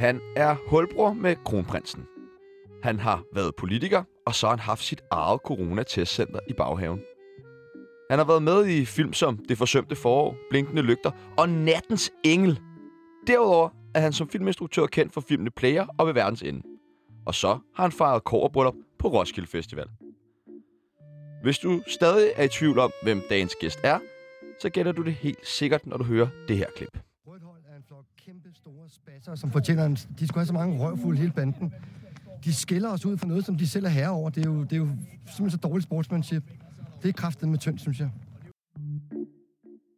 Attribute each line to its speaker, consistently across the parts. Speaker 1: Han er hulbror med kronprinsen. Han har været politiker, og så har han haft sit eget corona-testcenter i baghaven. Han har været med i film som Det forsømte forår, Blinkende lygter og Nattens engel. Derudover er han som filminstruktør kendt for filmene Player og Ved verdens ende. Og så har han fejret kårbryllup på Roskilde Festival. Hvis du stadig er i tvivl om, hvem dagens gæst er, så gætter du det helt sikkert, når du hører det her klip.
Speaker 2: Rødhold er en flok kæmpe store spasser, som fortjener en... De skulle have så mange røvfulde hele banden. De skiller os ud for noget, som de selv er herre over. Det er jo, det er jo simpelthen så dårligt sportsmanship. Det er kraftet med tyndt, synes jeg.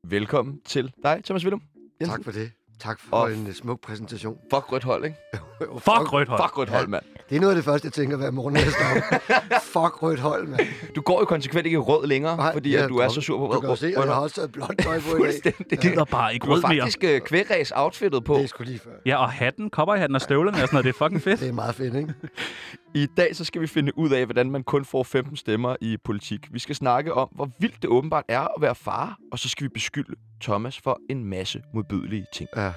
Speaker 1: Velkommen til dig, Thomas Willum. Jensen.
Speaker 3: Tak for det. Tak for
Speaker 1: Og-
Speaker 3: en øh, smuk præsentation.
Speaker 1: Fuck rødt hold, ikke?
Speaker 4: Fuck rødt hold.
Speaker 1: Fuck rødt hold, mand.
Speaker 3: Det er noget af det første, jeg tænker hver morgen, når jeg står op. Fuck rødt hold, mand.
Speaker 1: Du går jo konsekvent ikke i rød længere,
Speaker 3: Nej,
Speaker 1: fordi
Speaker 3: jeg
Speaker 1: at du er
Speaker 3: droppet.
Speaker 1: så sur på
Speaker 3: Du
Speaker 1: rød,
Speaker 3: kan jo se,
Speaker 1: rød,
Speaker 3: at
Speaker 1: rød
Speaker 3: jeg har
Speaker 1: hold.
Speaker 3: også taget blåt tøj på i dag.
Speaker 1: Fuldstændig.
Speaker 4: Jeg gider bare ikke
Speaker 1: Du
Speaker 4: rød
Speaker 1: har
Speaker 4: mere.
Speaker 1: faktisk øh, kvægræs outfittet på.
Speaker 3: Det er sgu lige før.
Speaker 4: Ja, og hatten, cowboyhatten og støvlerne og sådan noget, det er fucking fedt.
Speaker 3: Det er meget fedt, ikke?
Speaker 1: I dag så skal vi finde ud af, hvordan man kun får 15 stemmer i politik. Vi skal snakke om, hvor vildt det åbenbart er at være far, og så skal vi beskylde Thomas for en masse modbydelige ting.
Speaker 3: Ja.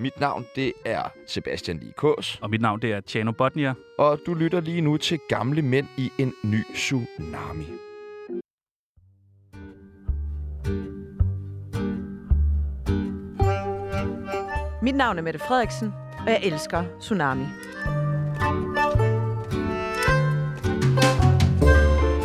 Speaker 1: Mit navn, det er Sebastian Likås,
Speaker 4: Og mit navn, det er Tjano Botnia.
Speaker 1: og du lytter lige nu til Gamle Mænd i en ny tsunami.
Speaker 5: Mit navn er Mette Frederiksen, og jeg elsker Tsunami.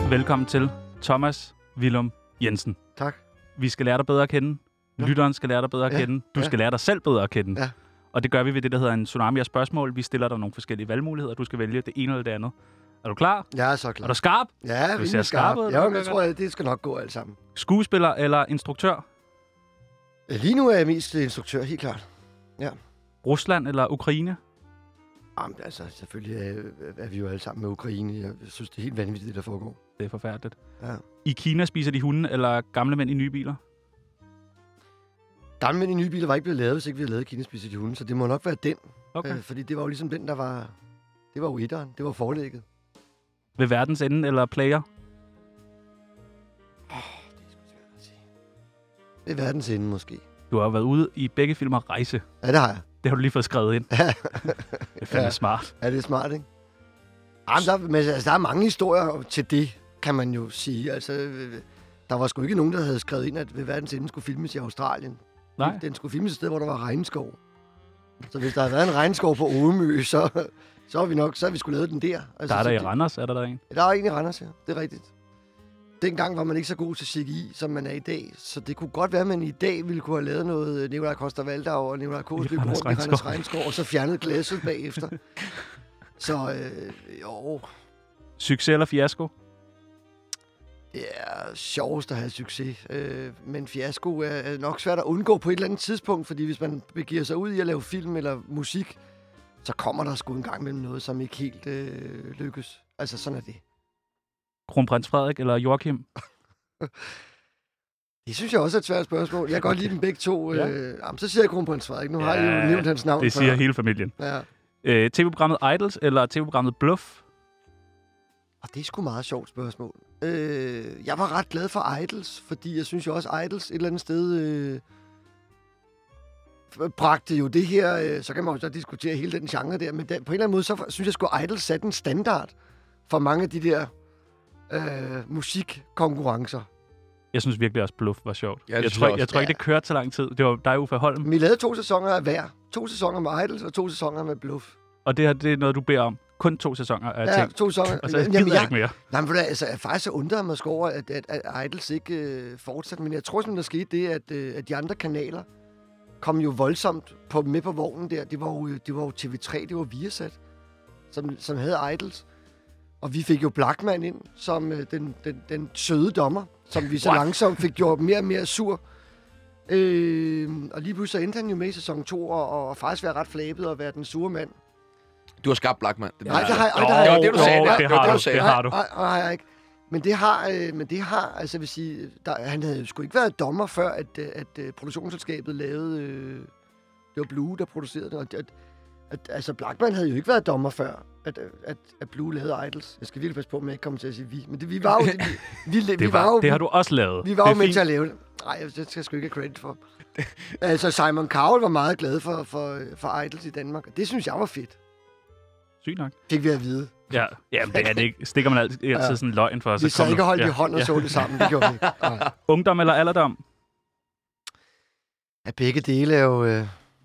Speaker 4: Velkommen til Thomas Willum Jensen.
Speaker 3: Tak.
Speaker 4: Vi skal lære dig bedre at kende.
Speaker 3: Ja.
Speaker 4: Lytteren skal lære dig bedre at
Speaker 3: Ja,
Speaker 4: kende. Du
Speaker 3: ja.
Speaker 4: skal lære dig selv bedre at kende.
Speaker 3: Ja.
Speaker 4: Og det gør vi ved det, der hedder en tsunami af spørgsmål. Vi stiller dig nogle forskellige valgmuligheder. Du skal vælge det ene eller det andet. Er du klar?
Speaker 3: Jeg er så klar.
Speaker 4: Er du skarp?
Speaker 3: Ja,
Speaker 4: Du
Speaker 3: vi
Speaker 4: ser
Speaker 3: er
Speaker 4: skarp
Speaker 3: skarpe.
Speaker 4: ud,
Speaker 3: Ja,
Speaker 4: du
Speaker 3: men jeg
Speaker 4: gør
Speaker 3: tror, at det skal nok gå alt sammen.
Speaker 4: Skuespiller eller instruktør?
Speaker 3: Øh, Lige nu er jeg mest instruktør, helt klart.
Speaker 4: Rusland eller Ukraine?
Speaker 3: Jamen, altså, selvfølgelig er, er vi jo alle sammen med Ukraine. Jeg synes, det er helt vanvittigt, det der foregår.
Speaker 4: Det er forfærdeligt.
Speaker 3: Ja.
Speaker 4: I Kina spiser de hunde eller gamle mænd i nye biler?
Speaker 3: Gamle mænd i nye biler var ikke blevet lavet, hvis ikke vi havde lavet Kina spiser de hunde, så det må nok være den.
Speaker 4: Okay.
Speaker 3: Øh, fordi det var jo ligesom den, der var... Det var jo etteren. Det var forlægget.
Speaker 4: Ved verdens ende eller player?
Speaker 3: Det er verdens ende, måske.
Speaker 4: Du har jo været ude i begge film og rejse.
Speaker 3: Ja, det har jeg.
Speaker 4: Det har du lige fået skrevet ind.
Speaker 3: Ja.
Speaker 4: Det er fandme
Speaker 3: Ja.
Speaker 4: smart.
Speaker 3: Ja, det er smart, ikke? Jamen, der, men, altså, der er mange historier til det, kan man jo sige. Altså, øh, der var sgu ikke nogen, der havde skrevet ind, at ved verdens ende skulle filmes i Australien.
Speaker 4: Nej,
Speaker 3: Den skulle filmes et sted, hvor der var regnskov. Så hvis der havde været en regnskov på Åmø, så, så har vi nok, så har vi skulle lavet den der. Altså,
Speaker 4: der er
Speaker 3: så
Speaker 4: der i
Speaker 3: det-
Speaker 4: Randers, er der der en.
Speaker 3: Der er en i Randers, ja. Det er rigtigt. Dengang var man ikke så god til CGI, som man er i dag. Så det kunne godt være, at man i dag ville kunne have lavet noget øh, Nikolaj Koster Valdau og Nikolaj Kås løb rundt
Speaker 4: Randers
Speaker 3: i Randers
Speaker 4: Regnskov.
Speaker 3: Regnskov, og så fjernet glasset bagefter. så øh, jo,
Speaker 4: Succes eller fiasko?
Speaker 3: det er sjovest at have succes. Øh, men fiasko er, er nok svært at undgå på et eller andet tidspunkt, fordi hvis man begiver sig ud i at lave film eller musik, så kommer der sgu en gang imellem noget, som ikke helt øh, lykkes. Altså, sådan er det.
Speaker 4: Kronprins Frederik eller Joachim?
Speaker 3: Det synes jeg også er et svært spørgsmål. Jeg kan godt lide dem begge to.
Speaker 4: Ja.
Speaker 3: Ja. Øh, jamen, så siger jeg kronprins Frederik. Nu har
Speaker 4: Ja,
Speaker 3: jeg jo nævnt hans navn
Speaker 4: Det siger
Speaker 3: før.
Speaker 4: hele familien.
Speaker 3: Ja.
Speaker 4: Øh, TV-programmet Idols eller TV-programmet Bluff?
Speaker 3: Og det er sgu meget sjovt spørgsmål. Øh, jeg var ret glad for Idols, fordi jeg synes jo også, Idols et eller andet sted øh, f- bragte jo det her, øh, så kan man jo så diskutere hele den genre der, men den, på en eller anden måde, så synes jeg sgu, Idols satte en standard for mange af de der øh, musikkonkurrencer.
Speaker 4: Jeg synes virkelig også, Bluff var sjovt.
Speaker 1: Ja, det
Speaker 4: jeg
Speaker 1: synes
Speaker 4: tror,
Speaker 1: jeg
Speaker 4: ikke- jeg
Speaker 1: også.
Speaker 4: tror ikke, det kørte så lang tid. Det var dig, Uffe Holm.
Speaker 3: Vi lavede to sæsoner af hver. To sæsoner med Idols og to sæsoner med Bluff.
Speaker 4: Og det her, det er noget, du beder om. Kun to sæsoner af
Speaker 3: Ja,
Speaker 4: ting.
Speaker 3: to sæsoner.
Speaker 4: Og så gider jeg
Speaker 3: jeg,
Speaker 4: ikke mere.
Speaker 3: Nej, men ved du hvad, altså, jeg er faktisk så undrer jeg mig sgu over, at, at, at Idols ikke øh, fortsatte. Men jeg tror simpelthen, der skete det, at, øh, at de andre kanaler kom jo voldsomt på, med på vognen der. Det var jo, øh, det var jo TV3, det var Viasat, som, som havde Idols. Og vi fik jo Blackman ind som øh, den, den, den søde dommer, som vi så
Speaker 4: What?
Speaker 3: langsomt fik gjort mere og mere sur. Øh, og lige pludselig så endte han jo med i sæson 2 og, og faktisk være ret flabet og være den sure mand.
Speaker 1: Du har skabt Blackman. Det
Speaker 3: Nej,
Speaker 1: der-
Speaker 3: det har jeg ej,
Speaker 1: det var det,
Speaker 3: jeg
Speaker 1: du
Speaker 3: ikke.
Speaker 1: sagde.
Speaker 4: Åh,
Speaker 1: Det var
Speaker 4: det
Speaker 1: det,
Speaker 4: har
Speaker 1: du
Speaker 4: du.
Speaker 1: sagde.
Speaker 4: Det har du.
Speaker 3: Nej, nej, nej, jeg ikke. Men det har, øh, men det har, altså jeg vil sige, der, han havde jo sgu ikke været dommer før, at, øh, at øh, produktionsselskabet lavede, øh, det var Blue, der producerede det, og det, at, at, altså Blackman havde jo ikke været dommer før, at, at, at Blue lavede Idols. Jeg skal virkelig passe på, med at jeg ikke kommer til at sige vi. Men det, vi var jo... Vi, vi, vi
Speaker 4: Det,
Speaker 3: var, jo,
Speaker 4: var, det har du også lavet.
Speaker 3: vi var jo
Speaker 4: det er
Speaker 3: med til
Speaker 4: fint.
Speaker 3: at lave det. Nej, det skal jeg sgu ikke have credit for. altså, Simon Cowell var meget glad for, for, øh, for Idols i Danmark, og det synes jeg var fedt.
Speaker 4: Sygt nok.
Speaker 3: Fik vi at vide.
Speaker 4: Ja, jamen, det er det ikke. Stikker man altid, altid sådan en løgn for.
Speaker 3: vi sad
Speaker 4: kom
Speaker 3: ikke og
Speaker 4: nu.
Speaker 3: holdt
Speaker 4: ja.
Speaker 3: i hånd og
Speaker 4: ja.
Speaker 3: så det sammen, det gjorde vi ikke. Nej.
Speaker 4: Ungdom eller alderdom?
Speaker 3: Ja, begge dele er jo øh,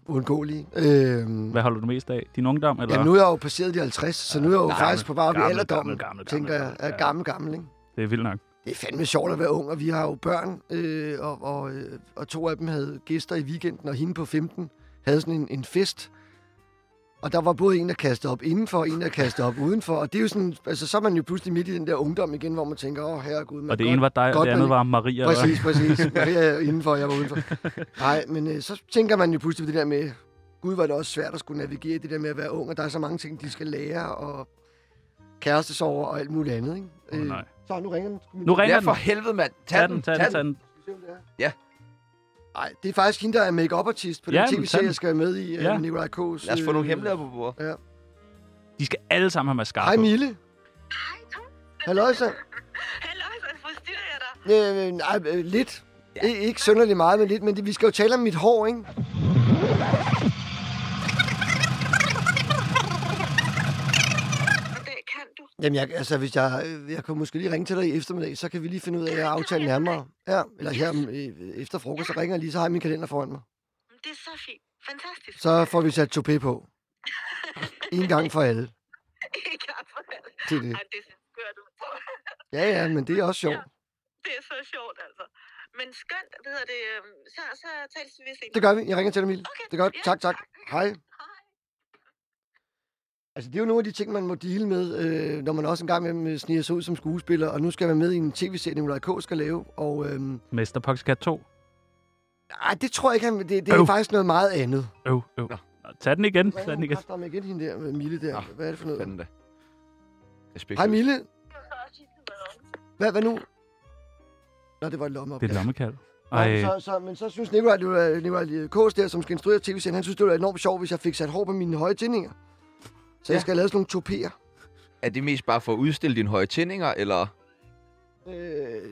Speaker 3: uundgåelige. Øh,
Speaker 4: Hvad holder du mest af? Din ungdom? Eller?
Speaker 3: Ja, nu er jeg jo passeret de 50, så nu er jeg jo
Speaker 4: Gammel,
Speaker 3: faktisk på vej op i
Speaker 4: gammel,
Speaker 3: alderdommen,
Speaker 4: gammel, gammel,
Speaker 3: tænker jeg.
Speaker 4: gammel,
Speaker 3: Ja,
Speaker 4: ja.
Speaker 3: gammel, gammel, ikke?
Speaker 4: Det er vildt nok.
Speaker 3: Det er fandme sjovt at være ung, og vi har jo børn, øh, og, og, øh, og to af dem havde gæster i weekenden, og hende på 15 havde sådan en, en fest. Og der var både en, der kastede op indenfor, og en, der kastede op udenfor. Og det er jo sådan, altså så er man jo pludselig midt i den der ungdom igen, hvor man tænker, åh herregud, man
Speaker 4: Og det
Speaker 3: godt-
Speaker 4: ene var dig, og
Speaker 3: godt,
Speaker 4: det
Speaker 3: man
Speaker 4: andet var Maria. eller
Speaker 3: Præcis, præcis. Maria er indenfor, jeg var udenfor. Nej, men øh, så tænker man jo pludselig på det der med, gud var det også svært at skulle navigere i det der med at være ung, og der er så mange ting, de skal lære, og kærestesover og alt muligt andet, ikke? Øh,
Speaker 4: Åh, nej.
Speaker 3: så nu ringer den. Skal vi-
Speaker 4: Nu ringer
Speaker 1: Ja,
Speaker 4: den.
Speaker 1: for helvede, mand. Tag,
Speaker 4: Tag den, tag den, tag den.
Speaker 3: Skal vi se, om det er?
Speaker 1: Ja.
Speaker 3: Nej, det er faktisk hende, der er make artist på
Speaker 4: Ja,
Speaker 3: den
Speaker 4: men tag
Speaker 3: tv-serie,
Speaker 4: den.
Speaker 3: jeg skal være med i,
Speaker 4: Ja.
Speaker 3: ja. Nikolaj K's.
Speaker 1: Lad os få
Speaker 3: øh,
Speaker 1: nogle hemmeligheder på bordet.
Speaker 4: De skal alle sammen have mascara
Speaker 3: Hej
Speaker 4: på.
Speaker 3: Mille. Hej, Halløjsa.
Speaker 6: Halløj, forstyrrer jeg dig?
Speaker 3: Øh, øh, nej, øh, lidt. Ja. I, ikke synderligt meget, men lidt. Men det, vi skal jo tale om mit hår, ikke?
Speaker 6: Og det kan du.
Speaker 3: Jamen, jeg, altså, hvis jeg, øh, jeg kunne måske lige ringe til dig i eftermiddag, så kan vi lige finde ud af at aftale nærmere. Ja, eller her om, øh, efter frokost, så ringer jeg lige, så har jeg min kalender foran mig.
Speaker 6: Det er så fint. Fantastisk.
Speaker 3: Så får vi sat topé på. En gang for alle.
Speaker 6: Ikke at fortælle.
Speaker 3: Det er det.
Speaker 6: Ej, det ser skørt ud.
Speaker 3: Ja, ja, men det er også sjovt.
Speaker 6: Det er så sjovt, altså. Men skønt, hvad hedder det, øhm, så, så tales vi senere.
Speaker 3: Det gør vi. Jeg ringer til dig, Emil.
Speaker 6: Okay.
Speaker 3: Det er godt.
Speaker 6: Ja,
Speaker 3: Tak, tak. Hej.
Speaker 6: Hej.
Speaker 3: Altså, det er jo nogle af de ting, man må dele med, øh, når man også engang med sniger sig ud som skuespiller, og nu skal jeg være med i en tv-serie, Nikolaj K. skal lave, og... Øh,
Speaker 4: Mester Poxcat 2.
Speaker 3: ej, det tror jeg ikke, han... Det, det er
Speaker 4: Øv.
Speaker 3: faktisk noget meget andet.
Speaker 4: Øv, øv. Nå, Tag den igen,
Speaker 3: Hvad
Speaker 4: tag den igen.
Speaker 3: er det igen, hende der, Mille der? Hvad er det for
Speaker 1: Tag
Speaker 3: noget?
Speaker 1: den da. Respekt.
Speaker 3: Hej, Mille.
Speaker 6: Det var så også i tiden.
Speaker 3: Hvad, hvad nu? Nå, det var et lommeopgave.
Speaker 4: Det er et lommekald.
Speaker 3: Nå, men
Speaker 4: Ej,
Speaker 3: Så, så, men så synes Nikolaj, det var, øh, Nikolaj Kås der, som skal instruere tv-serien, han synes, det var enormt sjovt, hvis jeg fik sat hår på mine høje tændinger. Så
Speaker 1: Ja.
Speaker 3: ja. jeg skal have lavet sådan nogle topier.
Speaker 1: Er det mest bare for at udstille dine høje tændinger, eller,
Speaker 3: Øh,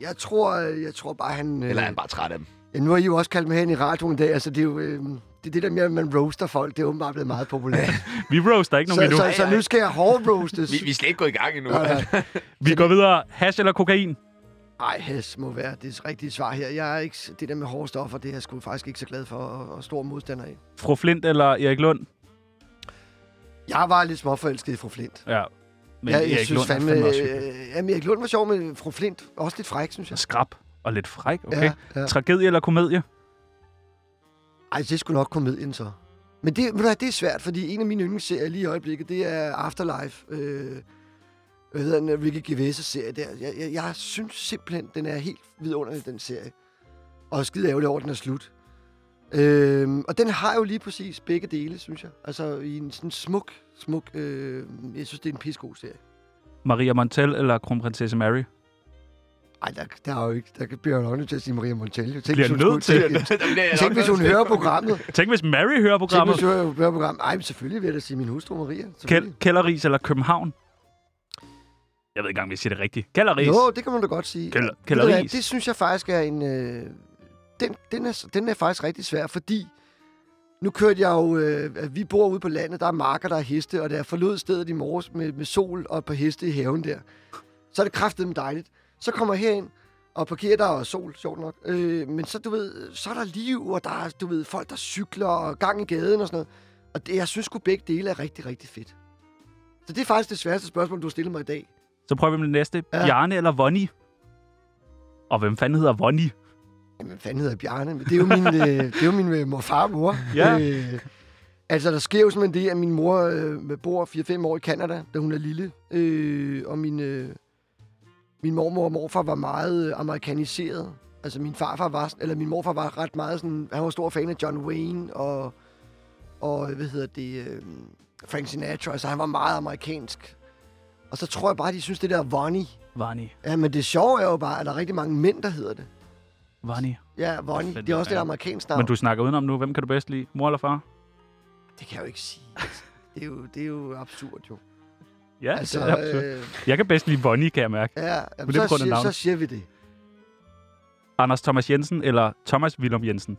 Speaker 3: jeg tror, jeg tror bare, han... Øh,
Speaker 1: eller er han bare træt af dem?
Speaker 3: ja, nu har I jo også kaldt mig hen i radioen i dag, altså det er jo... Øh, det er det der med, at man roaster folk, det er åbenbart blevet meget populært.
Speaker 4: vi roaster ikke
Speaker 3: så,
Speaker 4: nogen endnu.
Speaker 3: så, så,
Speaker 1: Ej, ej.
Speaker 3: nu skal jeg hårdroastes.
Speaker 1: Vi, vi er slet ikke gået i gang endnu.
Speaker 3: Nej, nej.
Speaker 4: Vi går videre. Hash eller kokain?
Speaker 3: Ej, has må være det rigtige svar her. Jeg er ikke, det der med hårde stoffer, det er jeg sgu faktisk ikke så glad for, og, og stor modstander af.
Speaker 4: Fru Flint eller Erik Lund?
Speaker 3: Jeg var lidt småforelsket i fru Flint.
Speaker 4: Ja. Men
Speaker 3: ja,
Speaker 4: Erik
Speaker 3: jeg synes
Speaker 4: Lund er
Speaker 3: fandme,
Speaker 4: fandme også hyggelig.
Speaker 3: øh, jamen, Erik Lund var sjov, men fru Flint også lidt fræk, synes jeg.
Speaker 4: Skrab og lidt fræk, okay?
Speaker 3: Ja, ja.
Speaker 4: Tragedie eller komedie?
Speaker 3: Ej, det skulle nok komedien så. Men det, ved du hvad, det er svært, fordi en af mine yndlingsserier lige i øjeblikket, det er Afterlife. Øh, hvad hedder den? øh, Ricky Gervais' serie der. Jeg, jeg, jeg synes simpelthen, den er helt vidunderlig, den serie. Og skide ærgerlig over, at den er slut. Øhm, og den har jo lige præcis begge dele, synes jeg. Altså i en sådan smuk, smuk... Øh, jeg synes, det er en pissegod serie.
Speaker 4: Maria Montel eller kronprinsesse Mary?
Speaker 3: Ej, der, der, er jo ikke, der bliver jeg jo nok nødt til at sige Maria Montello. Tænk,
Speaker 4: Bliver
Speaker 3: hvis hun
Speaker 4: nødt
Speaker 3: skulle-
Speaker 4: til.
Speaker 1: Der bliver jeg
Speaker 3: Tænk,
Speaker 1: nok
Speaker 3: hvis hun
Speaker 1: nødt til.
Speaker 3: hører programmet.
Speaker 4: Tænk, hvis Mary hører
Speaker 3: Tænk, hvis
Speaker 4: programmet.
Speaker 3: hun hører hører programmet. Ej, men selvfølgelig vil jeg da sige min hustru Maria.
Speaker 4: Kæl-
Speaker 3: selvfølgelig.
Speaker 4: Kælderis eller København? Jeg ved ikke engang, om jeg siger det rigtigt. Kælderis.
Speaker 3: Jo, det kan man da godt sige.
Speaker 4: Kæl-
Speaker 3: Ved du hvad,
Speaker 4: kælderis.
Speaker 3: Det synes jeg faktisk er en... Øh, den, den, er, den er faktisk rigtig svær, fordi... Nu kørte jeg jo... Øh, at vi bor ude på landet, der er marker, der er heste, og da jeg forlod stedet i morges med, med sol og på heste i haven der, så er det kraftedeme dejligt. Så kommer jeg herind, og parkerer der og sol, sjovt nok. Øh, men så, du ved, så er der liv, og der er, du ved, folk, der cykler og gang i gaden og sådan noget. Og det, jeg synes sgu begge dele er rigtig, rigtig fedt. Så det er faktisk det sværeste spørgsmål, du har stillet mig i dag.
Speaker 4: Så prøver vi med det næste.
Speaker 3: Ja.
Speaker 4: Bjarne eller Vonnie? Og hvem fanden hedder Vonnie?
Speaker 3: Jamen, fanden hedder Bjarne? Men det er jo min, øh, det er jo min øh, morfar og mor.
Speaker 4: Ja.
Speaker 3: Øh, altså, der sker jo simpelthen det, at min mor øh, bor 4-5 år i Kanada, da hun er lille. Øh, og min, øh, min mormor og morfar var meget øh, amerikaniseret. Altså, min farfar var, eller min morfar var ret meget sådan, han var stor fan af John Wayne og, og hvad hedder det, øh, Frank Sinatra. Altså, han var meget amerikansk. Og så tror jeg bare, de synes, det der Vonnie.
Speaker 4: Vonnie.
Speaker 3: Ja, men det sjove er jo bare, at der er rigtig mange mænd, der hedder det.
Speaker 4: Vonnie.
Speaker 3: Ja, Vonnie.
Speaker 4: Fedt,
Speaker 3: Det er også
Speaker 4: ja.
Speaker 3: det amerikanske navn.
Speaker 4: Men du snakker udenom nu. Hvem kan du bedst lide? Mor eller far?
Speaker 3: Det kan jeg jo ikke sige. altså. Det er jo, det er jo absurd, jo.
Speaker 4: Ja,
Speaker 3: Altså,
Speaker 4: det er absolut.
Speaker 3: øh,
Speaker 4: Jeg kan bedst lide Bonnie, kan jeg mærke.
Speaker 3: ja, jamen,
Speaker 4: det er
Speaker 3: så,
Speaker 4: på grund af
Speaker 3: siger, så
Speaker 4: navnet.
Speaker 3: siger vi det.
Speaker 4: Anders Thomas Jensen eller Thomas Willum Jensen.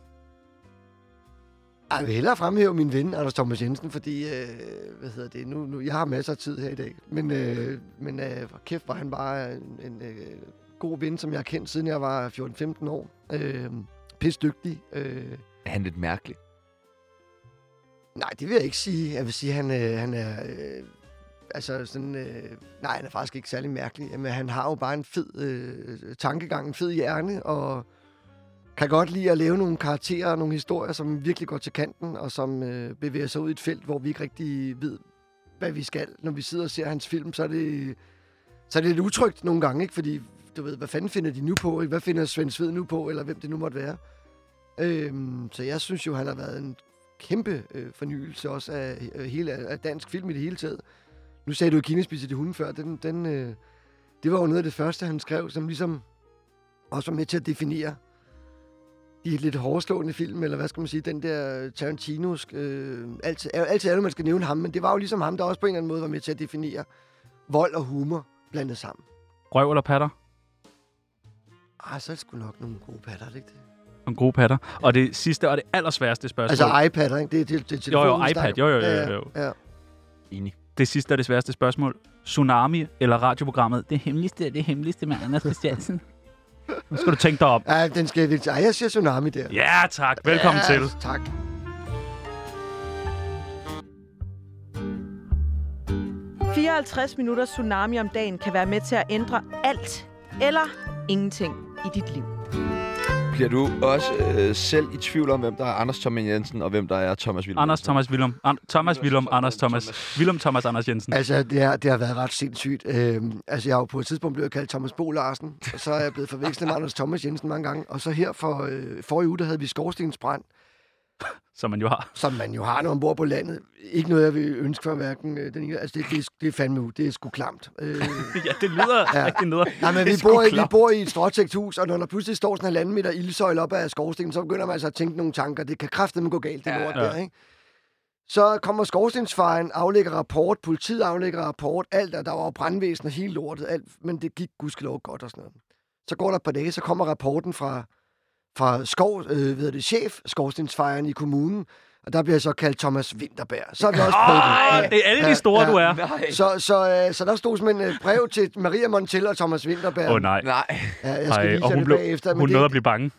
Speaker 3: Ej, Jeg vil hellere fremhæve min ven, Anders Thomas Jensen, fordi, øh, hvad hedder det, nu, nu, jeg har masser af tid her i dag, men, øh, men øh, hvor kæft var han bare en, en øh, god ven, som jeg har kendt, siden jeg var 14-15 år. Øh, pisse dygtig. Øh,
Speaker 1: Er han lidt mærkelig?
Speaker 3: nej, det vil jeg ikke sige. Jeg vil sige, han, øh, han er, øh, altså sådan, øh, nej, han er faktisk ikke særlig mærkelig, men han har jo bare en fed øh, tankegang, en fed hjerne, og kan godt lide at lave nogle karakterer og nogle historier, som virkelig går til kanten, og som øh, bevæger sig ud i et felt, hvor vi ikke rigtig ved, hvad vi skal. Når vi sidder og ser hans film, så er det, så er det lidt utrygt nogle gange, ikke? fordi du ved, hvad fanden finder de nu på? Ikke? Hvad finder Svend Sved nu på? Eller hvem det nu måtte være. Øhm, så jeg synes jo, han har været en kæmpe øh, fornyelse også af, øh, hele, af dansk film i det hele taget. Nu sagde du, at Kina spiser de hunde før. Den, den, øh, det var jo noget af det første, han skrev, som ligesom også var med til at definere de lidt hårdslående film, eller hvad skal man sige, den der Tarantinosk, øh, altid, er- altid er det, man skal nævne ham, men det var jo ligesom ham, der også på en eller anden måde var med til at definere vold og humor blandet sammen.
Speaker 4: Røv eller patter?
Speaker 3: Ah, så er det sgu nok nogle gode patter, er det ikke det?
Speaker 4: Nogle gode patter. Og det sidste og det allersværeste
Speaker 3: Altså
Speaker 4: spørgsmål.
Speaker 3: iPad'er, ikke? Det er til, til
Speaker 4: jo,
Speaker 3: telefonen, vi
Speaker 4: iPad.
Speaker 3: snakker
Speaker 4: Jo,
Speaker 3: om.
Speaker 4: jo, jo,
Speaker 3: Ja,
Speaker 4: jo,
Speaker 3: Ja, ja.
Speaker 1: Enig.
Speaker 4: det sidste og det sværeste spørgsmål. Tsunami eller radioprogrammet? Det hemmeligste er det hemmeligste med Anders Christiansen. nu skal du tænke dig om.
Speaker 3: Ja, den skal jeg virkelig... Ej, jeg siger tsunami der.
Speaker 4: Ja, tak. Velkommen
Speaker 3: Ja,
Speaker 4: til.
Speaker 3: Tak.
Speaker 5: det. 54 minutter tsunami om dagen kan være med til at ændre alt eller ingenting i dit liv.
Speaker 1: Bliver du også øh, selv i tvivl om, hvem der er Anders Thomas Jensen, og hvem der er Thomas Wilhelm?
Speaker 4: Anders Thomas Willum. An- Thomas Willum, Anders Thomas.
Speaker 1: Thomas.
Speaker 4: Willum Thomas Anders Jensen.
Speaker 3: Altså, det, er, det har været ret sindssygt. Øhm, altså, jeg er jo på et tidspunkt blevet kaldt Thomas Bo Larsen, og så er jeg blevet forvekslet med Anders Thomas Jensen mange gange. Og så her for øh, forrige uge, der havde vi skorstensbrand,
Speaker 4: Som man jo har.
Speaker 3: som man jo har, når man bor på landet. Ikke noget, jeg vil ønske for hverken øh, den ene. Altså, det, det, er- det er fandme, det er sgu klamt. Øh,
Speaker 4: ja, det lyder ja.
Speaker 3: Ja.
Speaker 4: rigtig noget.
Speaker 3: Nej, men
Speaker 4: Det
Speaker 3: vi
Speaker 4: er sgu
Speaker 3: bor, i, vi
Speaker 4: klart.
Speaker 3: bor i et stråtægt hus, og når der pludselig står sådan en halvanden meter ildsøjle op af skorstenen, så begynder man altså at tænke nogle tanker. Det kan kraftedeme gå galt, det
Speaker 1: Ja,
Speaker 3: ja, lort
Speaker 4: ja.
Speaker 3: der, ikke? Så kommer skorstensfejren, aflægger rapport, politiet aflægger rapport, alt, og der var jo brandvæsen og hele lortet, alt, men det gik gudskelov godt og sådan noget. Så går der et par dage, så kommer rapporten fra, fra skov, øh, ved det, chef, skorstensfejren i kommunen, og der bliver jeg så kaldt Thomas Winterberg. Så er vi også prøvet
Speaker 4: Åh,
Speaker 3: Ja.
Speaker 4: det er alle de
Speaker 3: Ja,
Speaker 4: store,
Speaker 3: ja.
Speaker 4: du er.
Speaker 1: Nej.
Speaker 3: Så, så, øh, så der stod simpelthen et brev til Maria Montel og Thomas Winterberg.
Speaker 4: Åh, oh, nej.
Speaker 1: Nej.
Speaker 3: Ja, jeg skal
Speaker 4: Ej,
Speaker 3: vise
Speaker 4: og
Speaker 3: jer
Speaker 4: hun,
Speaker 3: det
Speaker 4: blev,
Speaker 3: bagefter.
Speaker 4: hun
Speaker 3: det,
Speaker 4: nåede at blive bange.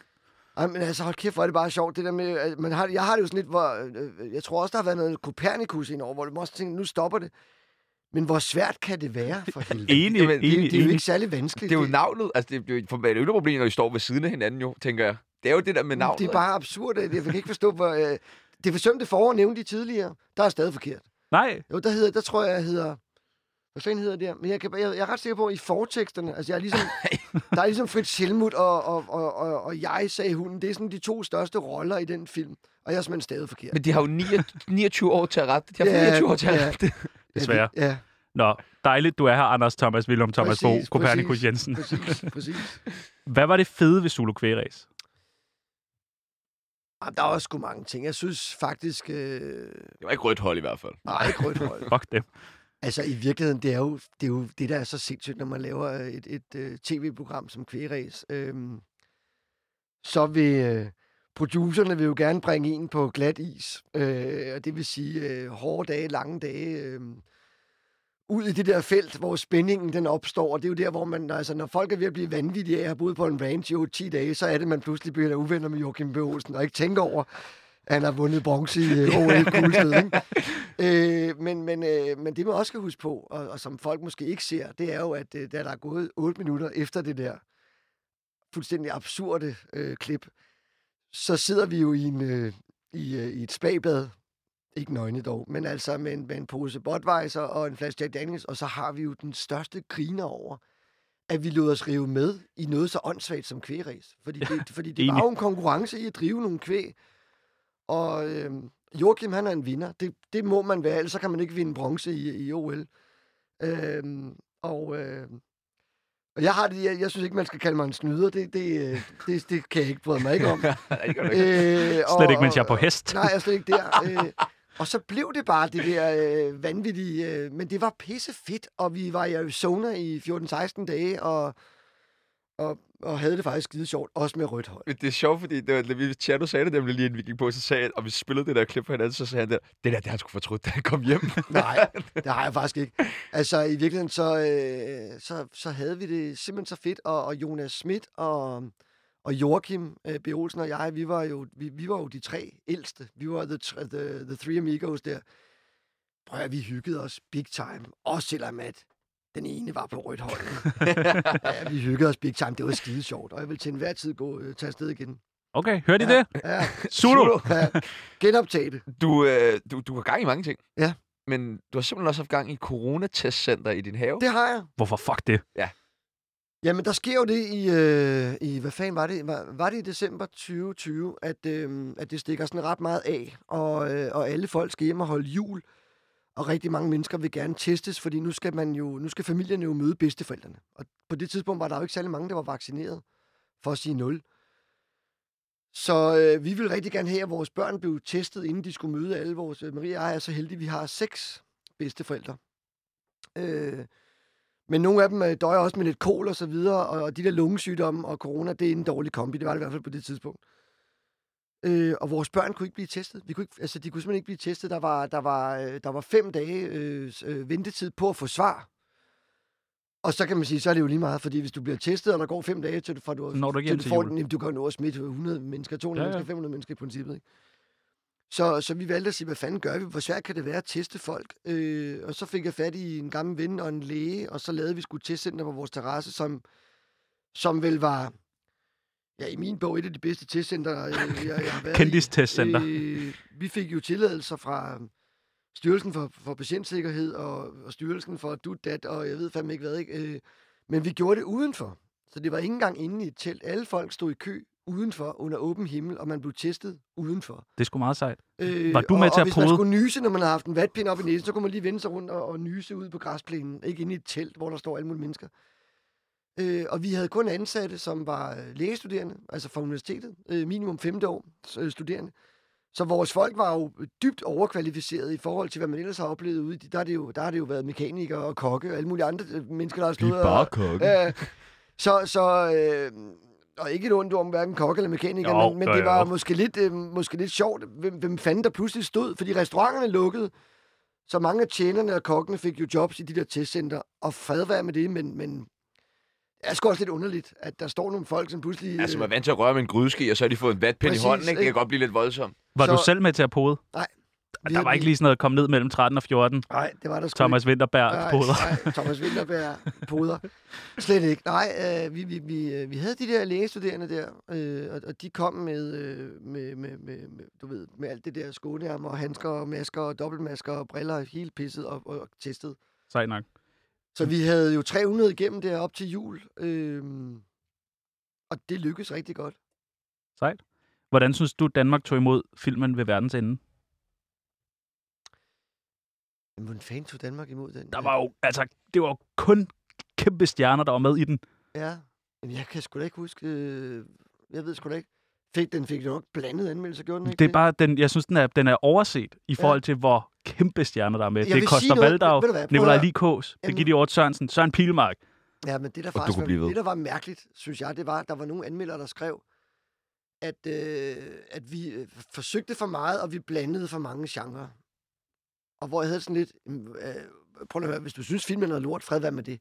Speaker 3: Ej, men altså, hold kæft, hvor er det bare sjovt, det der med... at Man har, jeg har det jo sådan lidt, hvor... øh, Jeg tror også, der har været noget Copernicus indover, hvor du også tænker, nu stopper det. Men hvor svært kan det være for helvede? Det,
Speaker 4: Enig,
Speaker 1: Jamen, det-
Speaker 4: enig,
Speaker 3: det er jo
Speaker 4: enig.
Speaker 3: ikke særlig vanskeligt.
Speaker 1: Det er jo navnet. Altså, det er jo for- et ølproblem, når I står ved siden af hinanden, jo, tænker jeg. Det er jo det der med navnet.
Speaker 3: Det er bare absurd. at Jeg kan ikke forstå, hvor... Øh, det forsømte forår nævnte de tidligere. Der er stadig forkert.
Speaker 4: Nej,
Speaker 3: Jo, der, hedder, der tror jeg, jeg hedder... Hvad fanden hedder det her? Men jeg, kan, jeg, jeg er ret sikker på, at i forteksterne, altså jeg er ligesom, der er ligesom Fritz Helmut og, og, og, og, og jeg, sagde hunden. Det er sådan de to største roller i den film. Og jeg er simpelthen stadig forkert.
Speaker 1: Men de har jo 29 år til at rette det. De har
Speaker 3: Ja,
Speaker 1: 29 år til at
Speaker 3: ja.
Speaker 1: rette det.
Speaker 4: desværre.
Speaker 3: Ja, det-
Speaker 4: Nå, dejligt, du er her, Anders Thomas Willum Thomas Bo,
Speaker 3: Præcis,
Speaker 4: Copernicus
Speaker 3: præcis.
Speaker 4: Jensen.
Speaker 3: ja præcis, præcis.
Speaker 4: Hvad var det fede ved Zulu Kværæs?
Speaker 3: Jamen, der er også sgu mange ting. Jeg synes faktisk... Øh...
Speaker 1: Det var ikke rødt hold i hvert fald.
Speaker 3: Nej, ikke rødt hold.
Speaker 4: Fuck det.
Speaker 3: Altså, i virkeligheden, det er, jo, det er jo det, der er så sindssygt, når man laver øh, et, et øh, tv-program som Kværæs. Øhm, så vil øh, producerne vil jo gerne bringe en på glat is. Øh, og det vil sige øh, hårde dage, lange dage. Øh, ud i det der felt, hvor spændingen den opstår. Og det er jo der, hvor man, altså, når folk er ved at blive vanvittige af at have boet på en ranch i 10 dage, så er det, man pludselig bliver uvenner med Joachim B. Olsen, og ikke tænker over, at han har vundet bronze i øh, OL Guldsted, ikke? Øh, men, men, øh, men det, man også skal huske på, og, og som folk måske ikke ser, det er jo, at øh, da der er gået 8 minutter efter det der fuldstændig absurde øh, klip, så sidder vi jo i, en, øh, i, øh, i et spagbad, ikke nøgne dog, men altså med en, med en pose Budweiser og en flaske Jack Daniels, og så har vi jo den største griner over, at vi lod os rive med i noget så åndssvagt som kvægræs. Fordi det, fordi det var
Speaker 4: enig.
Speaker 3: jo en konkurrence i at drive nogle kvæg, og øh, Joachim, han er en vinder. Det, det må man være, ellers så kan man ikke vinde bronze i, i OL. Øh, og, øh, og jeg har det, jeg, jeg synes ikke, man skal kalde mig en snyder. Det, det, øh, det, det kan jeg ikke bryde mig ikke om.
Speaker 1: Nej, det gør du ikke.
Speaker 3: Øh,
Speaker 4: Slet ikke, mens jeg er på hest.
Speaker 3: Nej, jeg er slet ikke der. Øh, Og så blev det bare det der øh, vanvittige, øh, men det var pisse fedt, og vi var i Arizona i 14-16 dage, og, og, og havde det faktisk skide sjovt, også med rødt hold.
Speaker 1: Men det er sjovt, fordi det var, da vi, Tjerno sagde det nemlig lige, inden vi gik på, så sagde han, og vi spillede det der klip for hinanden, så sagde han der, det der, det har han sgu fortrudt, da han kom hjem.
Speaker 3: Nej, det har jeg faktisk ikke. Altså, i virkeligheden, så, øh, så, så havde vi det simpelthen så fedt, og, og Jonas Schmidt og, og Joachim øh, B. Olsen og jeg, vi var, jo, vi, vi var jo de tre ældste. Vi var the, tr- the, the three amigos der. Prøv at høre, vi hyggede os big time, også selvom at den ene var på rødt hold. ja, vi hyggede os big time. Det var skide sjovt, og jeg vil til enhver tid gå, øh, tage afsted igen.
Speaker 4: Okay, hørte I
Speaker 3: Ja.
Speaker 4: det?
Speaker 3: Ja,
Speaker 4: Zulu!
Speaker 3: ja. genoptage det.
Speaker 1: Du, øh, du, du har gang i mange ting.
Speaker 3: Ja.
Speaker 1: Men du har simpelthen også haft gang i coronatestcenter i din have.
Speaker 3: Det har jeg.
Speaker 4: Hvorfor fuck det?
Speaker 3: Jamen, der sker jo det i, øh, i hvad fanden var det? Var, var det i december 2020, at, øh, at det stikker sådan ret meget af, og, øh, og alle folk skal hjem og holde jul, og rigtig mange mennesker vil gerne testes, fordi nu skal, man jo, nu skal familierne jo møde bedsteforældrene. Og på det tidspunkt var der jo ikke særlig mange, der var vaccineret, for at sige nul. Så øh, vi ville rigtig gerne have, at vores børn blev testet, inden de skulle møde alle vores... Øh, Maria og jeg er så heldige, vi har seks bedsteforældre. Øh, men nogle af dem øh, døjer også med lidt kol og så videre, og og de der lungesygdomme og corona, det er en dårlig kombi. Det var det i hvert fald på det tidspunkt. Øh, og vores børn kunne ikke blive testet. Vi kunne ikke, altså, de kunne simpelthen ikke blive testet. Der var, der var, øh, der var fem dage øh, s- øh, ventetid på at få svar. Og så kan man sige, så er det jo lige meget, fordi hvis du bliver testet, og der går fem dage, til du, fra du,
Speaker 4: Så når du ikke hjem
Speaker 3: til du
Speaker 4: til
Speaker 3: får
Speaker 4: jul.
Speaker 3: den, jamen, du kan jo nå at smitte 100 mennesker, 200 ja,
Speaker 4: Ja, ja.
Speaker 3: ja. mennesker, 500 mennesker i princippet. Ikke? Så, så vi valgte at sige, hvad fanden gør vi? Hvor svært kan det være at teste folk? Øh, og så fik jeg fat i en gammel ven og en læge, og så lavede vi sgu et testcenter på vores terrasse, som, som vel var, ja, i min bog, et af de bedste testcenter, jeg, jeg, jeg har været i.
Speaker 4: Kendis-testcenter.
Speaker 3: Øh, vi fik jo tilladelser fra øh, Styrelsen for, for Patientsikkerhed og, og Styrelsen for Dut Dat, og jeg ved fandme ikke hvad, ikke? Øh, men vi gjorde det udenfor. Så det var ikke engang inde i et telt. Alle folk stod i kø udenfor under åben himmel, og man blev testet udenfor.
Speaker 4: Det er sgu meget sejt.
Speaker 3: Øh,
Speaker 4: Var du
Speaker 3: og,
Speaker 4: med til
Speaker 3: og
Speaker 4: at
Speaker 3: hvis
Speaker 4: prøve?
Speaker 3: man skulle nyse, når man har haft en vatpind op i næsen, så kunne man lige vende sig rundt og, og nyse ud på græsplænen. Ikke inde i et telt, hvor der står alle mulige mennesker. Øh, og vi havde kun ansatte, som var øh, lægestuderende, altså fra universitetet, øh, minimum femte år øh, studerende. Så vores folk var jo dybt overkvalificeret i forhold til, hvad man ellers har oplevet ude. i de- Der har det jo, der har det jo været mekanikere og kokke og alle mulige andre øh, mennesker, der har stået og,
Speaker 1: kokke.
Speaker 3: Øh, så, så øh, og ikke et ondt om hverken kok eller mekaniker,
Speaker 4: Jo,
Speaker 3: men, men
Speaker 4: jo,
Speaker 3: det var
Speaker 4: jo.
Speaker 3: måske lidt, øh, måske lidt sjovt, hvem, hvem fanden der pludselig stod, fordi restauranterne lukkede, så mange af tjenerne og kokkene fik jo jobs i de der testcenter, og fred være med det, men, men det er sgu også lidt underligt, at der står nogle folk, som pludselig...
Speaker 1: Altså,
Speaker 3: øh,
Speaker 1: man er vant til at røre med en grydeske, og så har de fået en vatpind i
Speaker 3: Præcis,
Speaker 1: hånden, ikke? Det kan
Speaker 3: ikke?
Speaker 1: godt blive lidt voldsomt.
Speaker 4: Var du
Speaker 3: Så-
Speaker 4: selv med til at pode?
Speaker 3: Nej.
Speaker 4: Der var ikke lige sådan noget at komme ned mellem 13 og 14.
Speaker 3: Nej, det var der sgu
Speaker 4: Thomas Winterberg
Speaker 3: Nej,
Speaker 4: poder.
Speaker 3: Nej, Thomas Vinterberg poder. Slet ikke. Nej, øh, vi, vi, vi, øh, vi havde de der lægestuderende der, øh, og, og de kom med, øh, med, med, med, med, du ved, med alt det der skånearm og handsker og masker og dobbeltmasker og briller, hele pisset og, og, og testet.
Speaker 4: Sejt nok. Mm.
Speaker 3: Så vi havde jo 300 igennem der op til jul, øh, og det lykkedes rigtig godt.
Speaker 4: Sejt. Hvordan synes du, Danmark tog imod filmen ved verdens ende?
Speaker 3: Men hvordan fanden tog Danmark imod den?
Speaker 4: Der var jo, altså, det var jo kun kæmpe stjerner, der var med i den.
Speaker 3: Ja. Jamen, jeg kan sgu da ikke huske... Øh, jeg ved sgu da ikke. Fik, den fik jo nok blandet anmeldelse, gjorde den ikke
Speaker 4: Det er bare, den, jeg synes, den er, den er overset i forhold til, hvor kæmpe stjerner, der er med.
Speaker 3: Jeg
Speaker 4: det
Speaker 3: vil sige
Speaker 4: er Koster
Speaker 3: noget-
Speaker 4: Valdau,
Speaker 3: Ved du hvad, prøv
Speaker 4: Nikolaj
Speaker 3: at-
Speaker 4: Likås,
Speaker 3: Jamen-
Speaker 4: Birgitte Hjort Sørensen, Søren Pilemark.
Speaker 3: Ja, men det der
Speaker 1: du
Speaker 3: faktisk
Speaker 1: kunne
Speaker 3: var,
Speaker 1: blive ved.
Speaker 3: det, der var mærkeligt, synes jeg, det var, at der var nogle anmeldere, der skrev, at, øh, at vi øh, forsøgte for meget, og vi blandede for mange genrer. Og hvor jeg havde sådan lidt, "Jamen, øh, prøv lige at høre, hvis du synes, filmen er noget lort, fred være med det.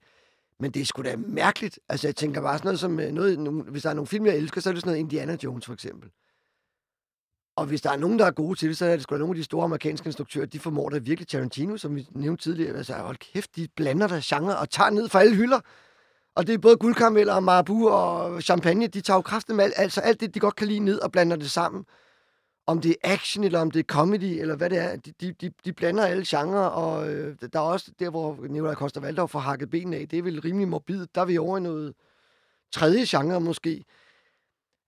Speaker 3: Men det er sgu da mærkeligt. Altså, jeg tænker bare sådan noget som, øh, noget, nogle- hvis der er nogle film, jeg elsker, så er det sådan noget Indiana Jones, for eksempel. Og hvis der er nogen, der er gode til det, så er det sgu da nogle af de store amerikanske instruktører, de formår da virkelig Tarantino, som vi nævnte tidligere. Altså, hold kæft, de blander der genre og tager ned fra alle hylder. Og det er både guldkarameller og marabu og champagne, de tager jo kraften med alt, altså alt det, de godt kan lide ned og blander det sammen. Om det er action, eller om det er comedy, eller hvad det er, de, de, de, de blander alle genrer, og øh, der er også der, hvor Nicolai Koster Valdov får hakket benene af, det er vel rimelig morbid. Der er vi over i noget tredje genre måske.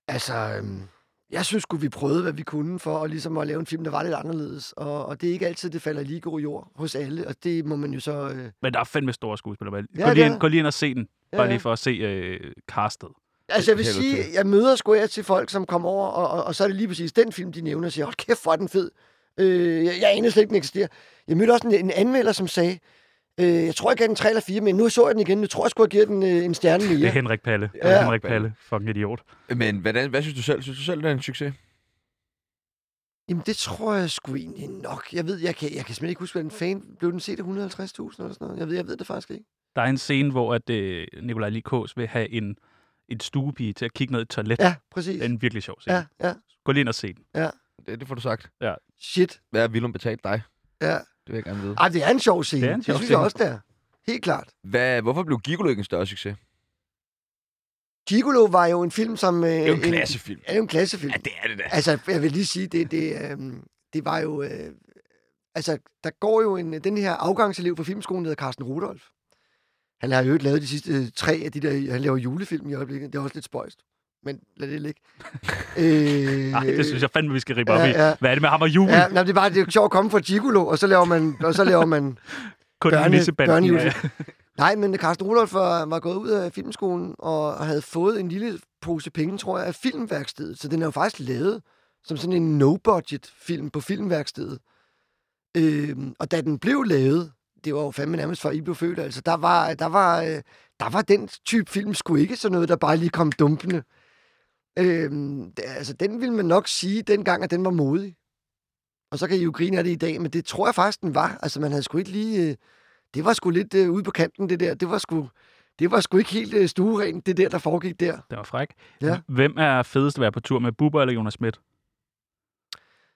Speaker 3: Altså, øhm, jeg synes sgu, vi prøvede, hvad vi kunne for at, ligesom at lave en film, der var lidt anderledes. Og, og det er ikke altid, det falder lige god jord hos alle, og det må man jo så... Øh,
Speaker 4: Men der er fandme store skuespillere med.
Speaker 3: Ja,
Speaker 4: gå,
Speaker 3: det
Speaker 4: lige
Speaker 3: er
Speaker 4: ind,
Speaker 3: der.
Speaker 4: gå lige ind og se den.
Speaker 3: ja,
Speaker 4: Bare
Speaker 3: ja.
Speaker 4: lige for at se øh, castet.
Speaker 3: Altså, jeg vil
Speaker 1: Helt
Speaker 3: sige,
Speaker 1: okay.
Speaker 3: jeg møder sgu af til folk, som kommer over, og, og, og så er det lige præcis den film, de nævner, og siger, hold kæft, hvor er den fed. Øh, jeg, jeg anede slet ikke, den eksisterer. Jeg mødte også en, en anmelder, som sagde, øh, jeg tror, jeg gav den 3 eller 4, men nu så jeg den igen, nu tror jeg, jeg skulle have givet den øh, en stjerne mere.
Speaker 4: Det er Henrik Palle. Det
Speaker 3: Ja.
Speaker 4: er Henrik Palle. Fucking idiot.
Speaker 1: Men hvordan, hvad synes du selv? Synes du selv, det er en succes?
Speaker 3: Jamen, det tror jeg sgu egentlig nok. Jeg ved, jeg kan, jeg kan simpelthen ikke huske, hvad den fan... Blev den set af 150.000 eller sådan noget? Jeg ved, jeg ved det faktisk ikke.
Speaker 4: Der er en scene, hvor at, øh, Nikolaj Likås vil have en, en stuepige til at kigge ned i et toilet.
Speaker 3: Ja, præcis.
Speaker 4: Det er en virkelig sjov scene.
Speaker 3: Ja, ja.
Speaker 4: Gå lige ind og se den.
Speaker 1: Det, det får du sagt.
Speaker 3: Shit.
Speaker 1: Hvad har Willum betalt dig?
Speaker 3: Ja.
Speaker 1: Det vil jeg gerne vide.
Speaker 3: Ej, det er en sjov scene.
Speaker 4: Det er en sjov
Speaker 3: det synes
Speaker 4: scene.
Speaker 3: jeg også, det er. Helt klart.
Speaker 1: Hvad, hvorfor blev Gigolo ikke en større succes?
Speaker 3: Gigolo var jo en film, som... Øh,
Speaker 1: Det er jo en klassefilm.
Speaker 3: Ja, det er jo en klassefilm.
Speaker 1: Ja, det er det da.
Speaker 3: Altså, jeg vil lige sige, det, det, øh, det var jo... Øh, altså, der går jo en, den her afgangselev fra filmskolen, der hedder Carsten Rudolf. Han har jo ikke lavet de sidste øh, tre af de der... Han laver julefilm i øjeblikket. Det er også lidt spøjst. Men lad det ligge. øh,
Speaker 4: Ej, det synes jeg fandme, vi skal ribe
Speaker 3: Ja,
Speaker 4: op i.
Speaker 3: ja.
Speaker 4: Hvad er det med ham og jul?
Speaker 3: Ja, nej, det er bare det er sjovt at komme fra Gigolo, og så laver man, og så laver man
Speaker 4: Kun
Speaker 3: børne-
Speaker 4: børne, nissebanden.
Speaker 3: børnejul.
Speaker 4: Ja.
Speaker 3: Nej, men Carsten Rudolf var, var gået ud af filmskolen og havde fået en lille pose penge, tror jeg, af filmværkstedet. Så den er jo faktisk lavet som sådan en no-budget film på filmværkstedet. Øhm, og da den blev lavet, det var jo fandme nærmest før I blev født, altså, der var, der var, øh, der var den type film sgu ikke sådan noget, der bare lige kom dumpende. Øhm, det- altså, den ville man nok sige dengang, at den var modig. Og så kan I jo grine af det i dag, men det tror jeg faktisk, den var. Altså, man havde sgu ikke lige... Øh, det var sgu lidt øh, ude på kanten, det der. Det var sgu, det var sgu ikke helt øh, stuerent, det der, der foregik der.
Speaker 4: Det var fræk.
Speaker 3: Ja.
Speaker 4: Hvem er fedest at være på tur med, Bubber eller Jonas Schmidt?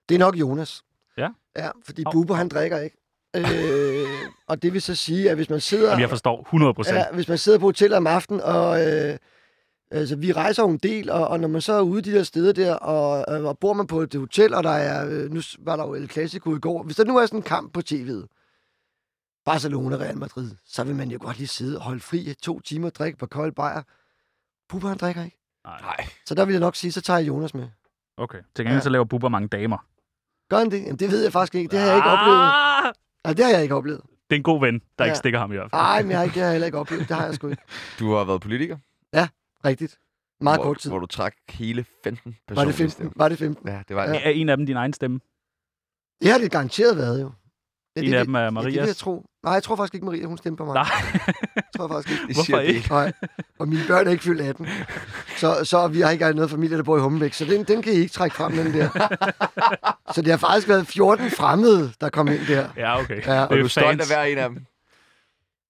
Speaker 3: Det er nok Jonas.
Speaker 4: Ja.
Speaker 3: Ja, fordi
Speaker 4: Au.
Speaker 3: Bubber, han drikker ikke. Øh, og det vil så sige, at hvis man sidder...
Speaker 4: Jamen, jeg forstår 100 procent. Ja.
Speaker 3: Ja, hvis man sidder på hotellet om aftenen, og øh, altså, vi rejser jo en del, og, og når man så er ude de der steder der, og, øh, og bor man på et hotel, og der er, øh, nu s- var der jo El Clasico i går, hvis der nu er sådan en kamp på tv'et, Barcelona, Real Madrid, så vil man jo godt lige sidde og holde fri i to timer og drikke på kold bajer. Bubber, han drikker ikke.
Speaker 4: Nej,
Speaker 1: Nej,
Speaker 3: Så der vil jeg nok sige, så tager jeg Jonas med.
Speaker 4: okay. Til gengæld
Speaker 3: Ja.
Speaker 4: så laver Bubber mange damer.
Speaker 3: Gør han det? Jamen, det ved jeg faktisk ikke. Det har jeg ikke oplevet.
Speaker 4: Ah!
Speaker 3: Nej, det har jeg ikke oplevet.
Speaker 4: Det er en god ven,
Speaker 3: Ja.
Speaker 4: der ikke stikker ham i hvert fald.
Speaker 3: Nej, men jeg har ikke, det har jeg heller ikke oplevet. Det har jeg sgu ikke.
Speaker 1: du har været politiker.
Speaker 3: Rigtigt. Meget
Speaker 1: hvor,
Speaker 3: kort tid.
Speaker 1: Hvor du trak hele 15 personer.
Speaker 3: Var det 15? Var det 15?
Speaker 1: Ja, det var
Speaker 3: Ja.
Speaker 1: ja.
Speaker 4: Er en af dem din egen stemme?
Speaker 3: Det har det garanteret været, jo. Ja,
Speaker 4: En
Speaker 3: det,
Speaker 4: af dem er
Speaker 3: Ja, det vil jeg
Speaker 4: Marias?
Speaker 3: tro. Nej, jeg tror faktisk ikke, Maria, hun stemte på mig.
Speaker 4: Nej.
Speaker 3: Jeg tror faktisk ikke.
Speaker 1: Det
Speaker 4: Hvorfor
Speaker 1: siger det
Speaker 4: ikke?
Speaker 1: ikke?
Speaker 3: Nej. Og mine børn er ikke fyldt 18. Så, så vi har ikke engang noget familie, der bor i Hummelbæk, så den, den kan I ikke trække frem, den der. så det har faktisk været 14 fremmede, der kom ind der.
Speaker 4: Ja, okay.
Speaker 3: Ja, og
Speaker 1: Og
Speaker 4: Det
Speaker 1: du
Speaker 4: jo
Speaker 1: er stolt af
Speaker 4: fans.
Speaker 1: hver en af dem.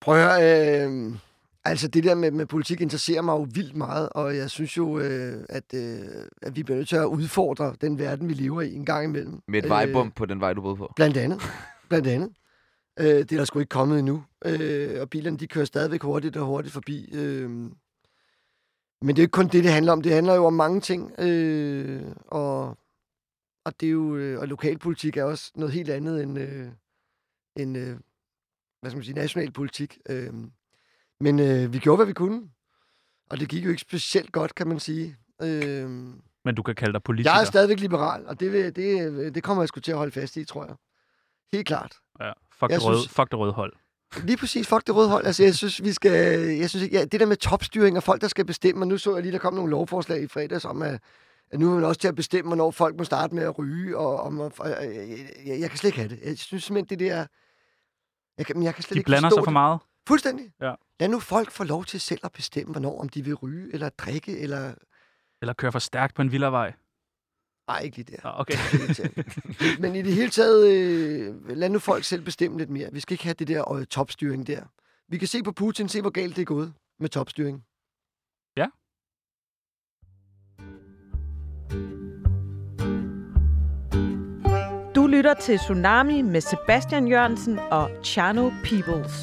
Speaker 3: Prøv at høre, øh, altså det der med, med politik interesserer mig jo vildt meget, og jeg synes jo, øh, at, øh, at vi bliver nødt til at udfordre den verden, vi lever i en gang imellem. Øh,
Speaker 1: Med et vejbump på den vej, du boede på.
Speaker 3: Blandt andet. Blandt andet. Øh, det er der sgu ikke kommet endnu. Øh, og bilerne, de kører stadigvæk hurtigt og hurtigt forbi. Øh, men det er jo ikke kun det, det handler om. Det handler jo om mange ting. Øh, og, og det er jo... øh, Og lokalpolitik er også noget helt andet end... Øh, end øh, hvad skal man sige? National politik. Øh, men øh, vi gjorde, hvad vi kunne. Og det gik jo ikke specielt godt, kan man sige. Øh,
Speaker 4: Men du kan kalde dig politiker.
Speaker 3: jeg er stadigvæk liberal, og det, vil- det, det kommer jeg sgu til at holde fast i, tror jeg. Helt klart.
Speaker 4: Ja. Fuck,
Speaker 3: Jeg
Speaker 4: det røde,
Speaker 3: synes-
Speaker 4: fuck det røde hold.
Speaker 3: Lige præcis, fuck det røde hold. Altså, jeg synes, vi skal... Jeg synes, ikke- ja, det der med topstyring og folk, der skal bestemme, og nu så jeg lige, der kom nogle lovforslag i fredags om, at, at nu er man også til at bestemme, hvornår folk må starte med at ryge, og om at, og- jeg, jeg, jeg, kan slet ikke have det. Jeg synes simpelthen, det der... Jeg kan, men jeg kan slet
Speaker 4: De
Speaker 3: ikke
Speaker 4: blander
Speaker 3: forstå
Speaker 4: sig for
Speaker 3: det.
Speaker 4: meget.
Speaker 3: Fuldstændig.
Speaker 4: Ja.
Speaker 3: Lad nu folk få lov til selv at bestemme, hvornår om de vil ryge, eller drikke, eller...
Speaker 4: Eller kører for stærkt på en villavej.
Speaker 3: Ej, ikke lige der.
Speaker 4: Ah, okay.
Speaker 3: irriterende. Men i det hele taget, øh, lad nu folk selv bestemme lidt mere. Vi skal ikke have det der øh, topstyring der. Vi kan se på Putin, se hvor galt det er gået med topstyring.
Speaker 4: Ja.
Speaker 5: Du lytter til Tsunami med Sebastian Jørgensen og Chano Peoples.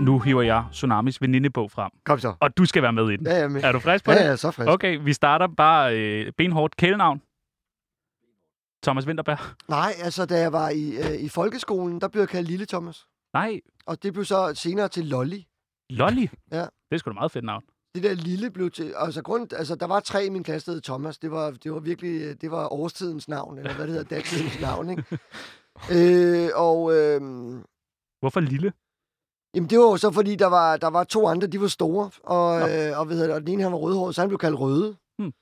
Speaker 4: Nu hiver jeg Tsunamis venindebog frem.
Speaker 3: Kom så.
Speaker 4: Og du skal være med i den.
Speaker 3: Ja, ja, med.
Speaker 4: Er du frisk på det?
Speaker 3: Ja, ja, så frisk. Okay.
Speaker 4: Okay, vi starter bare øh, benhårdt. Kælenavn? Thomas Winterberg?
Speaker 3: Nej, altså, da jeg var i, øh, i folkeskolen, der blev jeg kaldt Lille Thomas.
Speaker 4: Nej,
Speaker 3: Og det blev så senere til Lolly.
Speaker 4: Lolly.
Speaker 3: Ja.
Speaker 4: Det er sgu da meget fedt navn.
Speaker 3: Det der lille blev til... Altså, grund, altså der var tre i min klasse, der hed Thomas. Det var, det var virkelig... øh, Det var årstidens navn, eller hvad det hedder, datidens navn, ikke? øh, og... Øh,
Speaker 4: Hvorfor lille?
Speaker 3: Jamen, det var jo så, fordi der var, der var to andre, de var store, og,
Speaker 4: Nå.
Speaker 3: øh, og, hvad hedder det, og den ene, han var rødhåret, så han blev kaldt Røde.
Speaker 4: Hmm.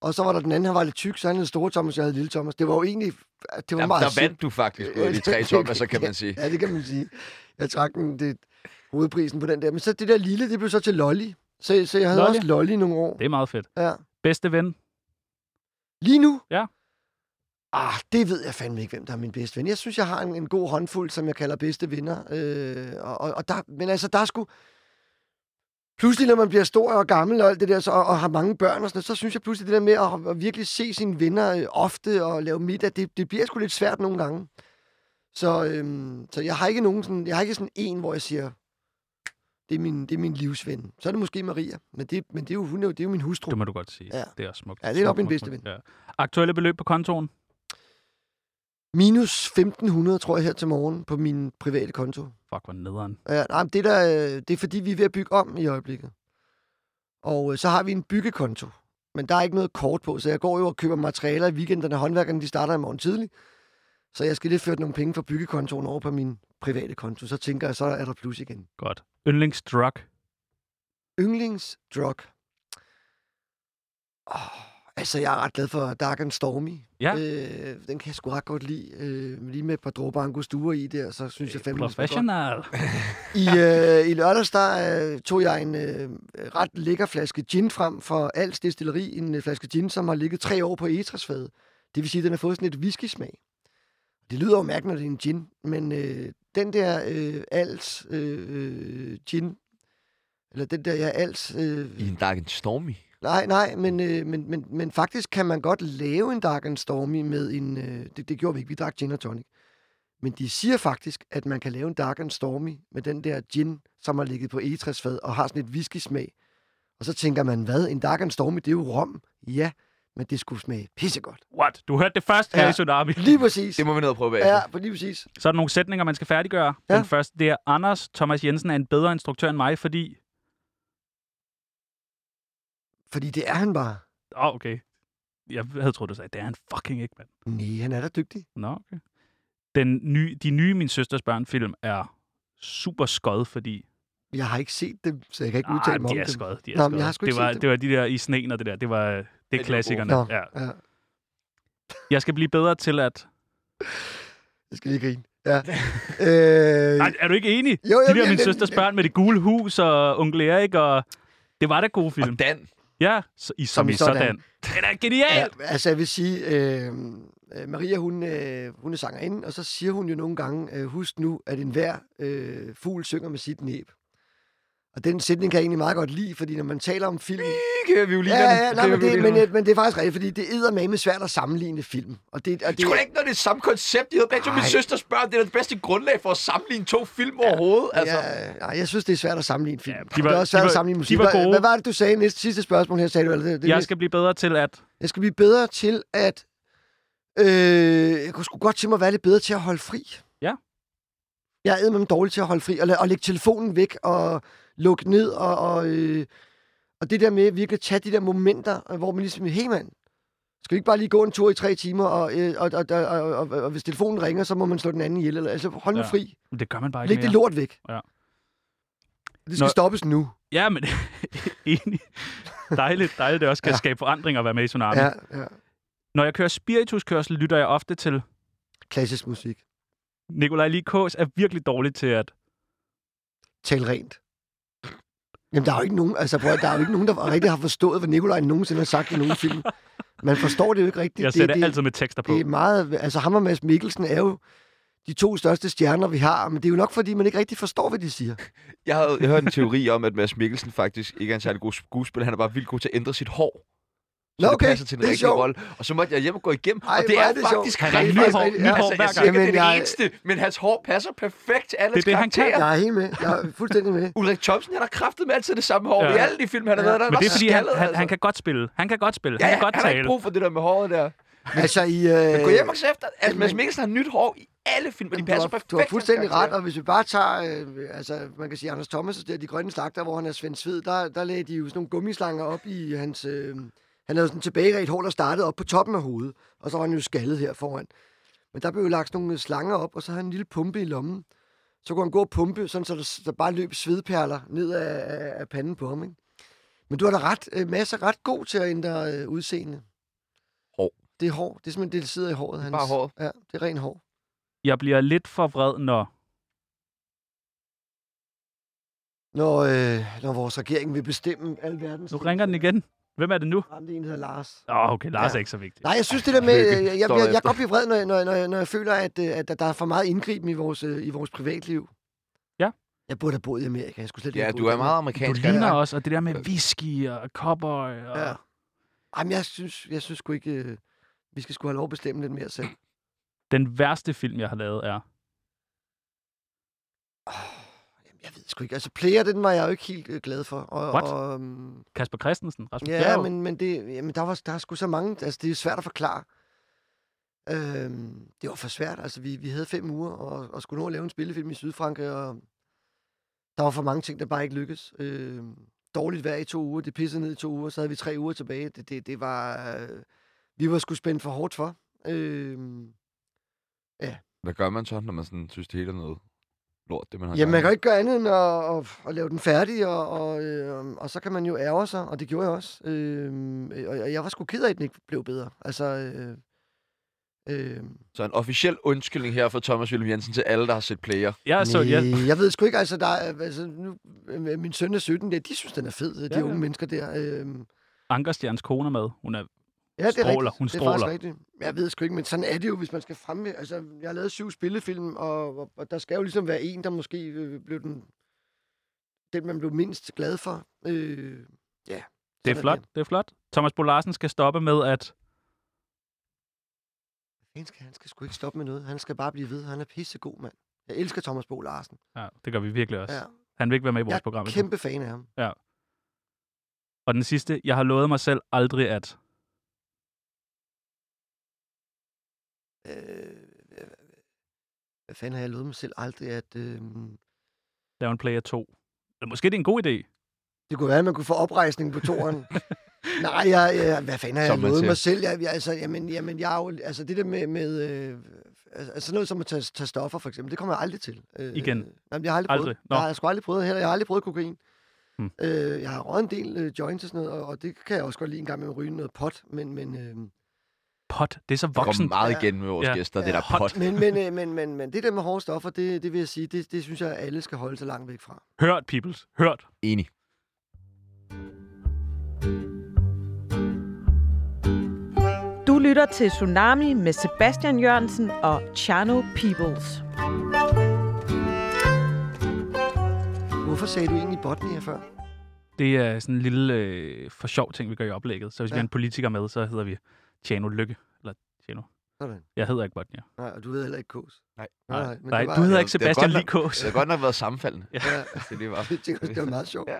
Speaker 3: Og så var der den anden, han var lidt tyk, så han hed Store Thomas, jeg havde Lille Thomas. Det var jo egentlig... Det var
Speaker 1: Jamen,
Speaker 3: meget
Speaker 1: der vandt du faktisk ud af de tre tommer, så kan man sige.
Speaker 3: Ja, det kan man sige. Jeg trak den, det, hovedprisen på den der. Men så det der lille, det blev så til Lolly. Så, så jeg havde
Speaker 4: Lolly?
Speaker 3: også Lolly i nogle år.
Speaker 4: Det er meget fedt.
Speaker 3: Ja.
Speaker 4: Bedste ven?
Speaker 3: Lige nu?
Speaker 4: Ja.
Speaker 3: Ah, det ved jeg fandme ikke, hvem der er min bedste ven. Jeg synes, jeg har en, en god håndfuld, som jeg kalder bedste venner. Øh, og, og- og der, men altså, der er sgu... Pludselig, når man bliver stor og gammel og alt det der, så, og, og har mange børn og sådan noget, så synes jeg pludselig, det der med at, at virkelig se sine venner øh, ofte og lave middag, det, det bliver sgu lidt svært nogle gange. Så, øhm, så jeg har ikke nogen sådan, jeg har ikke sådan en, hvor jeg siger, det er min, det er min livsven. Så er det måske Maria, men det, men det er jo, hun er jo, det er jo min hustru.
Speaker 4: Det må du godt sige.
Speaker 3: Ja.
Speaker 4: Det er også smukt.
Speaker 3: Ja, det er nok
Speaker 4: Smukt,
Speaker 3: min
Speaker 4: smukt,
Speaker 3: bedste
Speaker 4: smukt. Ja. Aktuelle beløb på kontoen?
Speaker 3: Minus 1.500, tror jeg, her til morgen på min private konto.
Speaker 4: Fuck, hvor nederen.
Speaker 3: Ja, nej, men det, er der, øh, det er fordi, vi er ved at bygge om i øjeblikket. Og øh, så har vi en byggekonto. Men der er ikke noget kort på, så jeg går jo og køber materialer i weekenderne. Håndværkerne, de starter i morgen tidlig. Så jeg skal lige føre nogle penge fra byggekontoen over på min private konto. Så tænker jeg, så er der plus igen.
Speaker 4: Godt. Yndlingsdrug?
Speaker 3: Yndlingsdrug. Oh, altså, jeg er ret glad for Dark and Stormy.
Speaker 4: Ja.
Speaker 3: Øh, den kan jeg sgu ret godt lide. Øh, lige med et par dråber angostura i der, så synes jeg fandme, det smager godt.
Speaker 4: Øh,
Speaker 3: I,
Speaker 4: Professional.
Speaker 3: øh, I lørdags der, øh, tog jeg en øh, ret lækker flaske gin frem fra Als Destilleri. En øh, flaske gin, som har ligget tre år på egetræsfadet. Det vil sige, at den har fået sådan et whisky-smag. Det lyder jo mærkeligt, når det er en gin, men øh, den der øh, Als øh, øh, gin, eller den der ja, Als... Øh,
Speaker 1: I en dark and stormy.
Speaker 3: Nej, nej, men, øh, men, men, men faktisk kan man godt lave en Dark and Stormy med en... Øh, det, det gjorde vi ikke, vi drak gin og tonic. Men de siger faktisk, at man kan lave en Dark and Stormy med den der gin, som har ligget på egetræsfad og har sådan et whisky-smag. Og så tænker man, hvad? En Dark and Stormy, det er jo rom. Ja, men det skulle smage pissegodt.
Speaker 4: What? Du hørte det først her
Speaker 3: Ja.
Speaker 4: i Tsunami.
Speaker 3: Lige præcis.
Speaker 1: Det må vi ned og prøve bag.
Speaker 3: Ja, lige præcis.
Speaker 4: Så er der nogle sætninger, man skal færdiggøre.
Speaker 3: Ja.
Speaker 4: Den første, det er Anders Thomas Jensen er en bedre instruktør end mig, fordi...
Speaker 3: Fordi det er han bare.
Speaker 4: Åh, oh, okay. Jeg havde troet, du sagde, det er han fucking ikke, mand.
Speaker 3: Nej, han er da dygtig.
Speaker 4: Nå, okay. Den nye, de nye Min Søsters Børn-film er super skød, fordi...
Speaker 3: Jeg har ikke set dem, så jeg kan ikke
Speaker 4: Ah,
Speaker 3: udtale mig
Speaker 4: de
Speaker 3: om
Speaker 4: er
Speaker 3: dem.
Speaker 4: skød, de er
Speaker 3: Nå, men
Speaker 4: skød.
Speaker 3: jeg har sgu
Speaker 4: det,
Speaker 3: ikke
Speaker 4: var,
Speaker 3: set dem.
Speaker 4: det var de der i sneen og det der. Det var, øh, det
Speaker 1: de
Speaker 4: er
Speaker 1: var
Speaker 4: klassikerne.
Speaker 3: Nå,
Speaker 4: Ja.
Speaker 3: ja.
Speaker 4: Jeg skal blive bedre til at...
Speaker 3: Jeg skal lige grine. Ja. øh,
Speaker 4: Nej, er du ikke enig?
Speaker 3: jo,
Speaker 4: De der
Speaker 3: jeg-
Speaker 4: Min Søsters Børn med det gule hus og onkel Erik og... Det var da gode film.
Speaker 1: Og Dan,
Speaker 4: Ja, så, i, som, som i sådan. sådan. Den er
Speaker 3: Ja,
Speaker 4: genial!
Speaker 3: altså jeg vil sige, øh, øh, Maria hun, øh, hun er sangerinde, og så siger hun jo nogle gange, øh, husk nu, at enhver øh, fugl synger med sit næb. Og den sætning kan jeg egentlig meget godt lide, fordi når man taler om film...
Speaker 1: kan vi jo lige
Speaker 3: Ja, ja, nej, men, det, men, øh, men det er faktisk rigtigt, fordi det er med svært at sammenligne film. Og det, og det,
Speaker 1: Sgu da ikke, når det er samme koncept. Jeg havde begge to min
Speaker 3: Nej.
Speaker 1: søsters børn. Det er det bedste grundlag for at sammenligne to film overhovedet. Altså.
Speaker 3: Ja, nej, jeg synes, det er svært at sammenligne film.
Speaker 4: Ja, de
Speaker 3: Ja,
Speaker 4: var-
Speaker 3: det er også svært
Speaker 4: de var-
Speaker 3: at sammenligne
Speaker 4: de
Speaker 3: musik.
Speaker 4: var
Speaker 3: Hvad-
Speaker 4: gode.
Speaker 3: Hvad var det, du sagde næste sidste spørgsmål her? Sagde du, eller det, det,
Speaker 4: Jeg skal blive bedre til at...
Speaker 3: jeg skal blive bedre til at... Øh, jeg kunne sgu godt tænke mig at være lidt bedre til at holde fri.
Speaker 4: Ja.
Speaker 3: Jeg er med dårlig til at holde fri, og, la- og lægge telefonen væk, og lukke ned, og, og, øh, og det der med virkelig at tage de der momenter, øh, hvor man ligesom, hey mand, skal vi ikke bare lige gå en tur i tre timer, og, øh, og, og, og, og, og, og hvis telefonen ringer, så må man slå den anden ihjel, eller altså hold nu
Speaker 4: Ja.
Speaker 3: ja. fri,
Speaker 4: Men Det gør man bare ikke
Speaker 3: læg det
Speaker 4: mere.
Speaker 3: lort væk.
Speaker 4: Ja.
Speaker 3: Det skal
Speaker 4: Nå.
Speaker 3: Nå. stoppes nu.
Speaker 4: Ja, men enig. Dejligt, dejligt, det også kan ja.
Speaker 3: Ja.
Speaker 4: skabe forandring at være med i Tsunami. Ja.
Speaker 3: Ja, ja.
Speaker 4: Når jeg kører spirituskørsel, lytter jeg ofte til...
Speaker 3: Klassisk musik.
Speaker 4: Nikolaj Likås er virkelig dårlig til at...
Speaker 3: Tal rent. Jamen, der er jo ikke nogen, altså, prøv, at- der er jo ikke nogen, der rigtig har forstået, hvad Nikolaj nogensinde har sagt i nogen film. Man forstår det jo ikke rigtigt.
Speaker 4: Jeg sætter
Speaker 3: det,
Speaker 4: altid med tekster på.
Speaker 3: det er meget, altså ham og Mads Mikkelsen er jo de to største stjerner, vi har, men det er jo nok, fordi man ikke rigtig forstår, hvad de siger.
Speaker 1: Jeg havde jeg hørte en teori om, at Mads Mikkelsen faktisk ikke er en særlig god skuespiller. Han er bare vildt god til at ændre sit hår. Så
Speaker 3: Nå,
Speaker 1: det
Speaker 3: okay.
Speaker 1: passer til den
Speaker 3: Det er
Speaker 1: rigtige
Speaker 3: sjovt.
Speaker 1: rolle. Og så måtte jeg hjem og gå igennem.
Speaker 3: Ej,
Speaker 1: og det
Speaker 3: hvor
Speaker 1: er,
Speaker 3: er det sjovt.
Speaker 1: faktisk
Speaker 4: Han
Speaker 1: rigtigt.
Speaker 4: river hår-
Speaker 1: rigtigt.
Speaker 4: nyt hår hver
Speaker 1: jeg
Speaker 4: gang.
Speaker 1: siger ikke, at det er det
Speaker 3: Jamen, jeg-
Speaker 1: eneste, men hans hår passer perfekt til alle
Speaker 4: Det er det, han kan.
Speaker 1: karakterer.
Speaker 3: Jeg er helt med. Jeg er fuldstændig med.
Speaker 1: Ulrik Thomsen, han har kraftet med altid det samme hår.
Speaker 4: Ja.
Speaker 1: Ja. I alle de film, han har
Speaker 3: Ja.
Speaker 1: været der.
Speaker 4: Men det er,
Speaker 1: var
Speaker 4: fordi han,
Speaker 1: skaldet,
Speaker 4: han,
Speaker 1: altså.
Speaker 4: han kan godt spille. Han kan godt spille.
Speaker 1: Ja,
Speaker 4: han
Speaker 1: ja,
Speaker 4: kan godt
Speaker 1: han har
Speaker 4: tale.
Speaker 1: ikke brug for det der med håret der.
Speaker 3: Altså, I... Øh,
Speaker 1: Men gå hjem og se efter. Altså, Mads
Speaker 3: men-
Speaker 1: Mikkelsen har nyt hår i alle film, og de
Speaker 3: Jamen,
Speaker 1: passer
Speaker 3: du har,
Speaker 1: perfekt.
Speaker 3: du har
Speaker 1: til
Speaker 3: fuldstændig
Speaker 1: hans
Speaker 3: ret,
Speaker 1: karakter.
Speaker 3: og hvis vi bare tager, øh, altså man kan sige Anders Thomas, der de grønne slagter, hvor han er Svend Sved, der, der lagde de jo sådan nogle gummislanger op i hans, øh, han havde sådan tilbageret hår, der startede op på toppen af hovedet, og så var han jo skaldet her foran. Men der blev jo lagt sådan nogle slanger op, og så havde han en lille pumpe i lommen. Så kunne han gå og pumpe, sådan så der, så der bare løb svedperler ned af, af, af panden på ham, ikke? Men du har da ret, øh, masser ret god til at ændre øh, udseende. Det er hår. Det er simpelthen det, der sidder i håret. Hans.
Speaker 1: Bare håret.
Speaker 3: Ja, det er ren hår.
Speaker 4: Jeg bliver lidt for vred, når...
Speaker 3: Når, øh, når vores regering vil bestemme alverdens...
Speaker 4: Nu ringer den igen. Hvem er det nu?
Speaker 3: Jamen, det er en, der hedder Lars.
Speaker 4: Åh, oh, okay, Lars
Speaker 3: Ja.
Speaker 4: er ikke så vigtig.
Speaker 3: Nej, jeg synes det der med, jeg,
Speaker 1: Lykke,
Speaker 3: jeg,
Speaker 1: står
Speaker 3: jeg,
Speaker 1: der
Speaker 3: jeg
Speaker 1: efter.
Speaker 3: kan godt blive vred, når, jeg- når, jeg- når, jeg- når jeg føler, at, øh, at der- der er for meget indgriben i vores, øh, i vores privatliv.
Speaker 4: Ja.
Speaker 3: Jeg burde have boet i Amerika. Jeg skulle slet ikke
Speaker 1: Ja,
Speaker 3: have boet
Speaker 1: du
Speaker 3: i
Speaker 1: er meget
Speaker 3: Danmark.
Speaker 4: Du
Speaker 1: amerikansk.
Speaker 4: ligner
Speaker 1: ja.
Speaker 4: også, og det der med whisky og cowboy. Og...
Speaker 3: Ja. Jamen, jeg synes, jeg synes sgu ikke... øh, Vi skal sgu have lov at bestemme lidt mere selv.
Speaker 4: Den værste film, jeg har lavet, er...
Speaker 3: Jamen, jeg ved sgu ikke. Altså, Player, den var jeg jo ikke helt øh, glad for. Og,
Speaker 4: What?
Speaker 3: Og, øhm,
Speaker 4: Kasper Christensen, Rasmus
Speaker 3: ja,
Speaker 4: Bjerg.
Speaker 3: men, men det, jamen, der, var, der er sgu så mange. Altså, det er svært at forklare. Øhm, det var for svært. Altså, vi, vi havde fem uger og, og skulle nå at lave en spillefilm i Sydfrankrig, og der var for mange ting, der bare ikke lykkedes. Øhm, dårligt vejr i to uger, det pissede ned i to uger, så havde vi tre uger tilbage. Det, det, det var... Øh, vi var sgu spændt for hårdt for. Øhm,
Speaker 1: Hvad gør man så, når man sådan, synes, det hele er noget lort, det man har
Speaker 3: Jamen, man
Speaker 1: gang i?
Speaker 3: kan jo ikke gøre andet end at, at, at lave den færdig, og, og, øh, og så kan man jo ærge sig, og det gjorde jeg også. Øh, og jeg- jeg var sgu ked af, at den ikke blev bedre. Altså, øh, øh,
Speaker 1: Så en officiel undskyldning her fra Thomas Wilhelm Jensen til alle, der har set player.
Speaker 4: Jeg så, jeg,
Speaker 3: næh, jeg ved sgu ikke, altså, der, er- altså nu, øh, min søn er 17, der, de synes, den er fed, de
Speaker 4: Ja, ja.
Speaker 3: unge mennesker der. Øh, ja, det
Speaker 4: Ankerstjerns kone er med. Hun er...
Speaker 3: er
Speaker 4: Stråler, hun
Speaker 3: Det er
Speaker 4: stråler.
Speaker 3: faktisk rigtigt. Jeg ved sgu ikke, men sådan er det jo, hvis man skal fremme. Altså, jeg har lavet syv spillefilm, og, og, og der skal jo ligesom være en, der måske øh, blev den, den, man blev mindst glad for. Øh, ja.
Speaker 4: Det er
Speaker 3: Sådan
Speaker 4: flot, det er flot. Thomas Bo Larsen skal stoppe med at...
Speaker 3: Han skal, han skal sgu ikke stoppe med noget. Han skal bare blive ved. Han er pissegod, mand. Jeg elsker Thomas Bo Larsen.
Speaker 4: Ja, det gør vi virkelig også.
Speaker 3: Ja.
Speaker 4: Han vil ikke være med i vores
Speaker 3: Jeg er
Speaker 4: program. i dag.
Speaker 3: kæmpe fan af ham.
Speaker 4: Og den sidste, jeg har lovet mig selv aldrig at...
Speaker 3: Øh, hvad fanden har jeg lovet mig selv aldrig, at... Øh,
Speaker 4: lave en Player 2. Eller måske det er en god idé.
Speaker 3: det kunne være, at man kunne få oprejsning på toren. Nej, jeg, jeg, hvad fanden har
Speaker 1: Som
Speaker 3: jeg
Speaker 1: man
Speaker 3: lovet
Speaker 1: siger.
Speaker 3: mig selv? Jeg, jeg, altså, jamen, jamen, jeg er jo, altså, det der med, med øh, altså, sådan noget som at tage, tage stoffer, for eksempel, det kommer jeg aldrig til. Øh,
Speaker 4: Igen.
Speaker 3: Øh, jamen, jeg har aldrig,
Speaker 4: Aldrig.
Speaker 3: prøvet.
Speaker 4: Nå.
Speaker 3: Jeg har sgu aldrig prøvet det heller. Jeg har aldrig prøvet kokain.
Speaker 4: Hmm.
Speaker 3: Øh, jeg har røget en del øh, joints og sådan noget, og, og det kan jeg også godt lide en gang med at ryge noget pot, men, men øh,
Speaker 4: Pot, det er så
Speaker 1: Der går
Speaker 4: voksen.
Speaker 1: meget
Speaker 3: Ja.
Speaker 1: igen med vores
Speaker 4: Ja.
Speaker 1: gæster, det
Speaker 3: Ja.
Speaker 1: der pot.
Speaker 3: Men, men, øh, men, men, men det der med hårde stoffer, det, det vil jeg sige, det, det synes jeg, at alle skal holde sig langt væk fra.
Speaker 4: Hørt, peoples. Hørt.
Speaker 1: Enig.
Speaker 5: Du lytter til Tsunami med Sebastian Jørgensen og Chano Peoples.
Speaker 3: Hvorfor sagde du egentlig Botnia før?
Speaker 4: Det er sådan en lille øh, for sjov ting, vi gør i oplægget. Så hvis ja. vi
Speaker 3: Ja.
Speaker 4: har en politiker med, så hedder vi Tjano Lykke. Eller Tjano.
Speaker 3: Sådan.
Speaker 4: Jeg hedder ikke Botnia.
Speaker 3: Nej, og du ved heller ikke Kås.
Speaker 1: Nej.
Speaker 4: Nej,
Speaker 3: nej, men
Speaker 4: Nej
Speaker 3: det var,
Speaker 4: du hedder
Speaker 1: det er
Speaker 4: ikke
Speaker 1: godt
Speaker 4: Sebastian
Speaker 1: nok-
Speaker 4: Likås.
Speaker 1: Det har godt nok været sammenfaldende.
Speaker 3: Ja,
Speaker 1: Det lige var.
Speaker 3: det, tænker jeg, det var meget sjovt. Ja.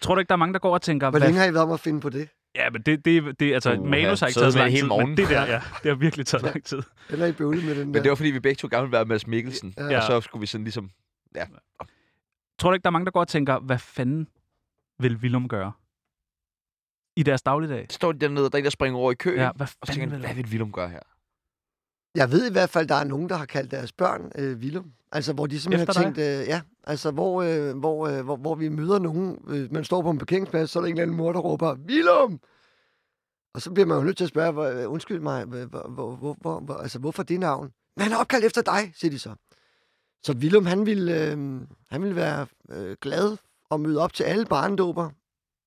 Speaker 4: Tror du ikke, der er mange, der går og tænker...
Speaker 3: Hvor
Speaker 4: hvad-
Speaker 3: længe har I været om at finde på det?
Speaker 4: Ja, men det, det, det altså,
Speaker 1: Uha,
Speaker 4: uh, manus har ikke
Speaker 1: siddet
Speaker 4: taget så
Speaker 1: med
Speaker 4: lang
Speaker 1: det hele
Speaker 4: tid,
Speaker 1: morgenen.
Speaker 4: men det der, ja, det har virkelig taget
Speaker 3: Ja.
Speaker 4: lang tid.
Speaker 3: Eller I bøvlet med den der?
Speaker 1: Men det var, fordi vi begge to gerne ville være Mads Mikkelsen.
Speaker 3: Ja.
Speaker 1: Og så skulle vi sådan ligesom...
Speaker 4: Tror du ikke, der er mange, der går og tænker, hvad fanden vil Willum gøre i deres dagligdag?
Speaker 1: Så står de dernede, og der er en, der springer over i køen.
Speaker 4: Ja, hvad
Speaker 1: Og så
Speaker 4: fanden
Speaker 1: tænker de,
Speaker 4: vil
Speaker 1: hvad vil Willum gøre her?
Speaker 3: Jeg ved i hvert fald, der er nogen, der har kaldt deres børn øh, Willum. Altså, hvor de simpelthen
Speaker 4: Efter
Speaker 3: har tænkt, øh, ja, altså, hvor, øh, hvor, øh, hvor, hvor vi møder nogen, øh, man står på en parkeringsplads, så er der en eller anden mor, der råber, Willum! Og så bliver man jo nødt til at spørge, hvor, øh, undskyld mig, hvor, hvor, hvor, hvor, hvor, altså, hvorfor det navn? Men han er opkaldt efter dig, siger de så. Så Willum, han ville, øh, han ville være øh, glad og møde op til alle barndåber,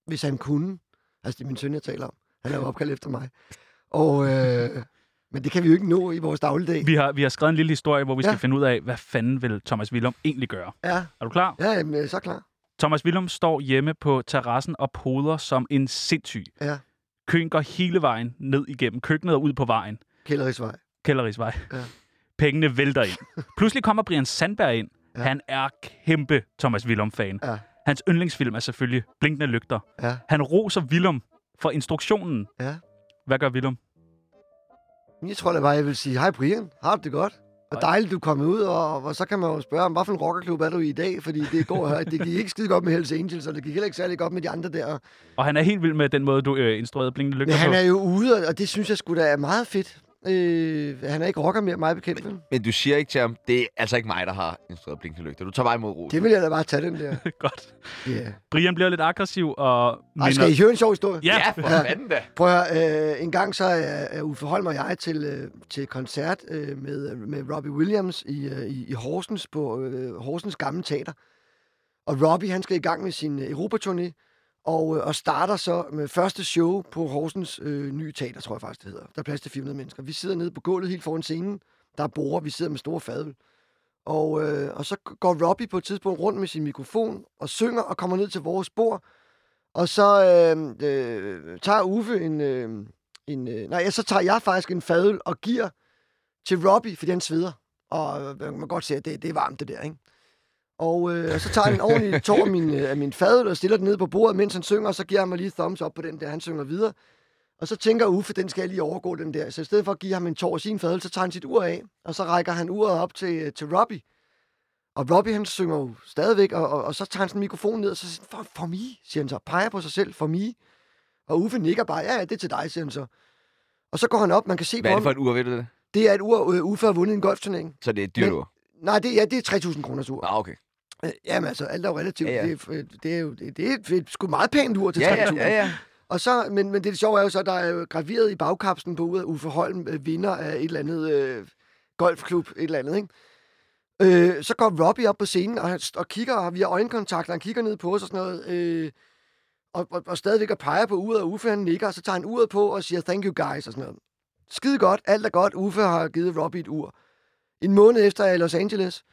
Speaker 3: hvis han kunne. Altså, det er min søn, jeg taler om. Han er jo opkaldt efter mig. Og, øh, men det kan vi jo ikke nå i vores dagligdag.
Speaker 4: Vi har, vi har skrevet en lille historie, hvor vi
Speaker 3: Ja.
Speaker 4: skal finde ud af, hvad fanden vil Thomas Willum egentlig gøre.
Speaker 3: Ja,
Speaker 4: Er du klar?
Speaker 3: ja jamen, jeg er så klar.
Speaker 4: Thomas Willum står hjemme på terrassen og poder som en sindssyg.
Speaker 3: Ja.
Speaker 4: Køen går hele vejen ned igennem køkkenet og ud på vejen.
Speaker 3: Kælderigsvej.
Speaker 4: Kælderigsvej.
Speaker 3: Ja.
Speaker 4: Pengene vælter ind. Pludselig kommer Brian Sandberg ind.
Speaker 3: Ja.
Speaker 4: Han er kæmpe Thomas Willum-fan.
Speaker 3: Ja.
Speaker 4: Hans yndlingsfilm er selvfølgelig Blinkende Lygter.
Speaker 3: Ja.
Speaker 4: Han roser Willum for instruktionen.
Speaker 3: Ja.
Speaker 4: Hvad gør Willum?
Speaker 3: Men Jeg tror da bare, jeg vil sige, hej Brian, har du det godt? Og dejligt, du er kommet ud, og, og så kan man jo spørge, hvad for en rockerklub er du i i dag? Fordi det går her. Det gik ikke skide godt med Hells Angels, og det gik heller ikke særlig godt med de andre der.
Speaker 4: Og han er helt vild med den måde, du øh, instruerede Blinkende
Speaker 3: Men
Speaker 4: Lygter
Speaker 3: han
Speaker 4: på.
Speaker 3: er jo ude, og- og det synes jeg sgu da er meget fedt. Øh, han er ikke rocker mere, mig bekendt. vel?
Speaker 1: Men du siger ikke til ham, det er altså ikke mig, der har instrueret blinkende lygter. Du tager mig imod ro.
Speaker 3: Det vil jeg da bare tage den der.
Speaker 4: Godt.
Speaker 3: Yeah.
Speaker 4: Brian bliver lidt aggressiv og...
Speaker 3: Ej, skal I høre en sjov historie?
Speaker 4: Ja,
Speaker 1: Ja, for fanden da.
Speaker 3: Prøv at høre, øh, en gang så er, er Uffe Holm og jeg til, øh, til koncert øh, med, med Robbie Williams i, øh, i, i Horsens på øh, Horsens gamle teater. Og Robbie, han skal i gang med sin øh, Europaturné, og, øh, og starter så med første show på Horsens øh, nye teater, tror jeg faktisk, det hedder. Der er plads til 400 mennesker. Vi sidder nede på gulvet helt foran scenen. Der er borer, vi sidder med store fadøl. Og, øh, og så går Robbie på et tidspunkt rundt med sin mikrofon og synger og kommer ned til vores bord, og så øh, øh, tager Uffe en... Øh, en øh, nej, så tager jeg faktisk en fadøl og giver til Robbie, fordi han sveder. Og øh, man kan godt se, at det, det er varmt, det der, ikke? Og, øh, og så tager han en ordentlig tår af min, øh, af min fadøl og stiller den ned på bordet, mens han synger, og så giver han mig lige thumbs up på den der, han synger videre. Og så tænker Uffe, den skal jeg lige overgå, den der. Så i stedet for at give ham en tår af sin fadøl, så tager han sit ur af, og så rækker han uret op til, øh, til Robbie. Og Robbie, han synger jo stadigvæk, og, og, og så tager han sådan mikrofonen ned, og så siger han, for, for mig, siger han så, peger på sig selv, for mig. Og Uffe nikker bare, ja, ja, det er til dig, siger han så. Og så går han op, man kan se
Speaker 1: Hvad
Speaker 3: på
Speaker 1: er det for
Speaker 3: ham,
Speaker 1: et ur, ved du det?
Speaker 3: det er et ur, øh, Uffe har vundet en golfturnering.
Speaker 1: Så det er et dyrt
Speaker 3: Men-
Speaker 1: ur.
Speaker 3: Nej, det, ja, det er 3.000 kroners ur.
Speaker 1: Nå, okay.
Speaker 3: Øh, Jamen altså, alt er jo relativt.
Speaker 1: Ja,
Speaker 3: Ja,
Speaker 1: ja.
Speaker 3: ja. Det, er, øh, det, er jo, det, det er et- et sgu meget pænt ur til 3.000.
Speaker 1: Ja, ja, ja, ja.
Speaker 3: Og så, men, men det sjove er jo så, at der er jo graveret i bagkapslen på ude af Uffe Holm, øh, vinder af et eller andet øh, golfklub, et eller andet, ikke? Øh, så går Robbie op på scenen, og, han, st- og kigger, og vi har øjenkontakt, og han kigger ned på os og sådan noget, øh, og, og, og stadigvæk og peger på uret, og Uffe han nikker, og så tager han uret på og siger, thank you guys, og sådan noget. Skide godt, alt er godt, Uffe har givet Robbie et ur. En måned efter er jeg i Los Angeles,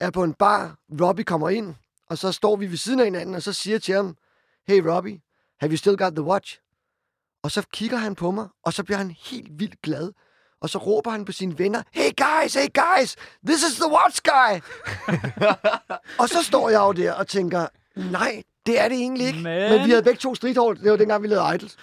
Speaker 3: er på en bar, Robbie kommer ind, og så står vi ved siden af hinanden, og så siger jeg til ham, hey Robbie, have you still got the watch? Og så kigger han på mig, og så bliver han helt vildt glad. Og så råber han på sine venner, hey guys, hey guys, this is the watch guy. og så står jeg jo der og tænker, nej, det er det egentlig ikke.
Speaker 4: Men-
Speaker 3: Men vi havde begge to streethård, det var dengang, vi lavede Idols.